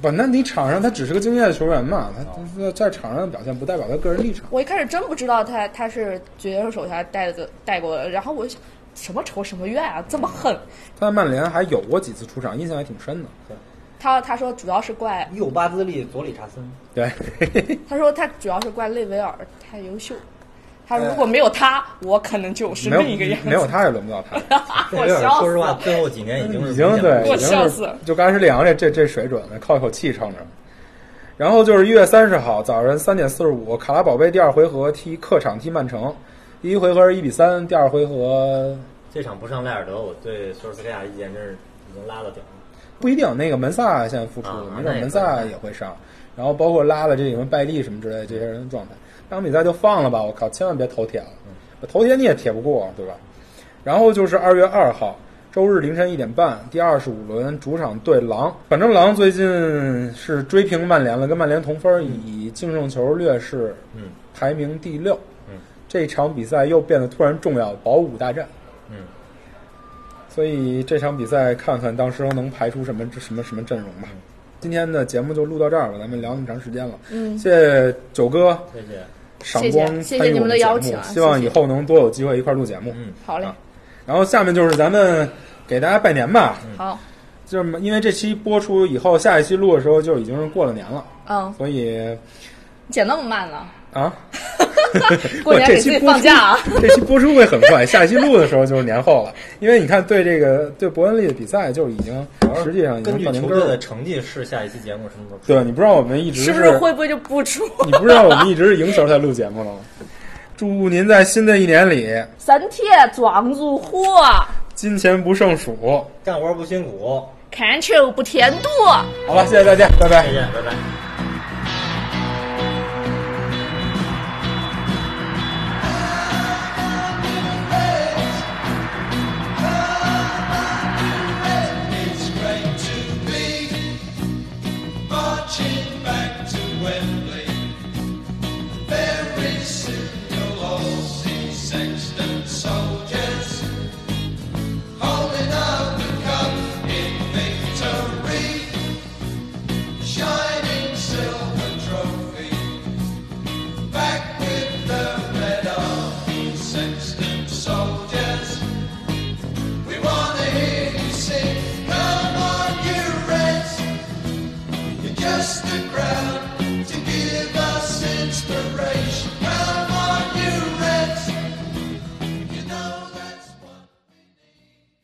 不，那你场上他只是个经验球员嘛，哦他在场上的表现不代表他个人立场。我一开始真不知道他他是爵士手下带的带过的，然后我就想什么仇什么怨啊，这么恨。他在曼联还有过几次出场，印象还挺深的。他他说主要是怪，右巴兹利，左里查森，对，他说他主要是怪内维尔太优秀，他如果没有他，我可能就是 没有另一个样没子。有他也轮不到他，我有点笑说死实话，了。最后几年 嗯已经是 已经对，我已经笑是死了就刚才是两这这这水准了，靠一口气撑着。然后就是一月三十号早晨三点四十五，卡拉宝贝第二回合踢客场踢曼城，第一回合是一比三，第二回合这场不上赖尔德，我对索尔斯克亚意见真是已经拉到顶了。不一定，那个门萨现在复出啊，那没准也门可以萨也会上，然后包括拉了这什么拜利什么之类的这些人的状态，那场比赛就放了吧，我靠，千万别头铁了，嗯头铁你也铁不过，对吧？然后就是二月二号，周日凌晨一点半，第二十五轮主场对狼，反正狼最近是追平曼联了，跟曼联同分，以净胜球劣势嗯排名第六。嗯，这场比赛又变得突然重要，保五大战。嗯，所以这场比赛看看当时能排出什么什么什么阵容嗯吧。今天的节目就录到这儿吧，咱们聊那么长时间了，嗯，谢谢九哥谢谢。赏光谢谢参与你我们的节邀目请啊希望谢以谢后能多有机会一块儿录节目。嗯，好嘞，啊然后下面就是咱们给大家拜年吧，好，就是因为这期播出以后，下一期录的时候就已经是过了年了，嗯，所以剪那么慢了，啊，过年不给这期自己播放出假啊！ 这期播出会很快，下一期录的时候就是年后了，因为你看对这个对伯恩利的比赛就已经实际上已根经据断球零队根的了。成绩是下一期节目什么时候出？对，你不让我们一直是不是会不会就不出？你不知道我们一直是赢球才录节目了吗？祝您在新的一年里三天壮如虎，金钱不胜数。干活不辛苦。看球不添堵。好了，谢谢大家，拜拜再。见，拜拜。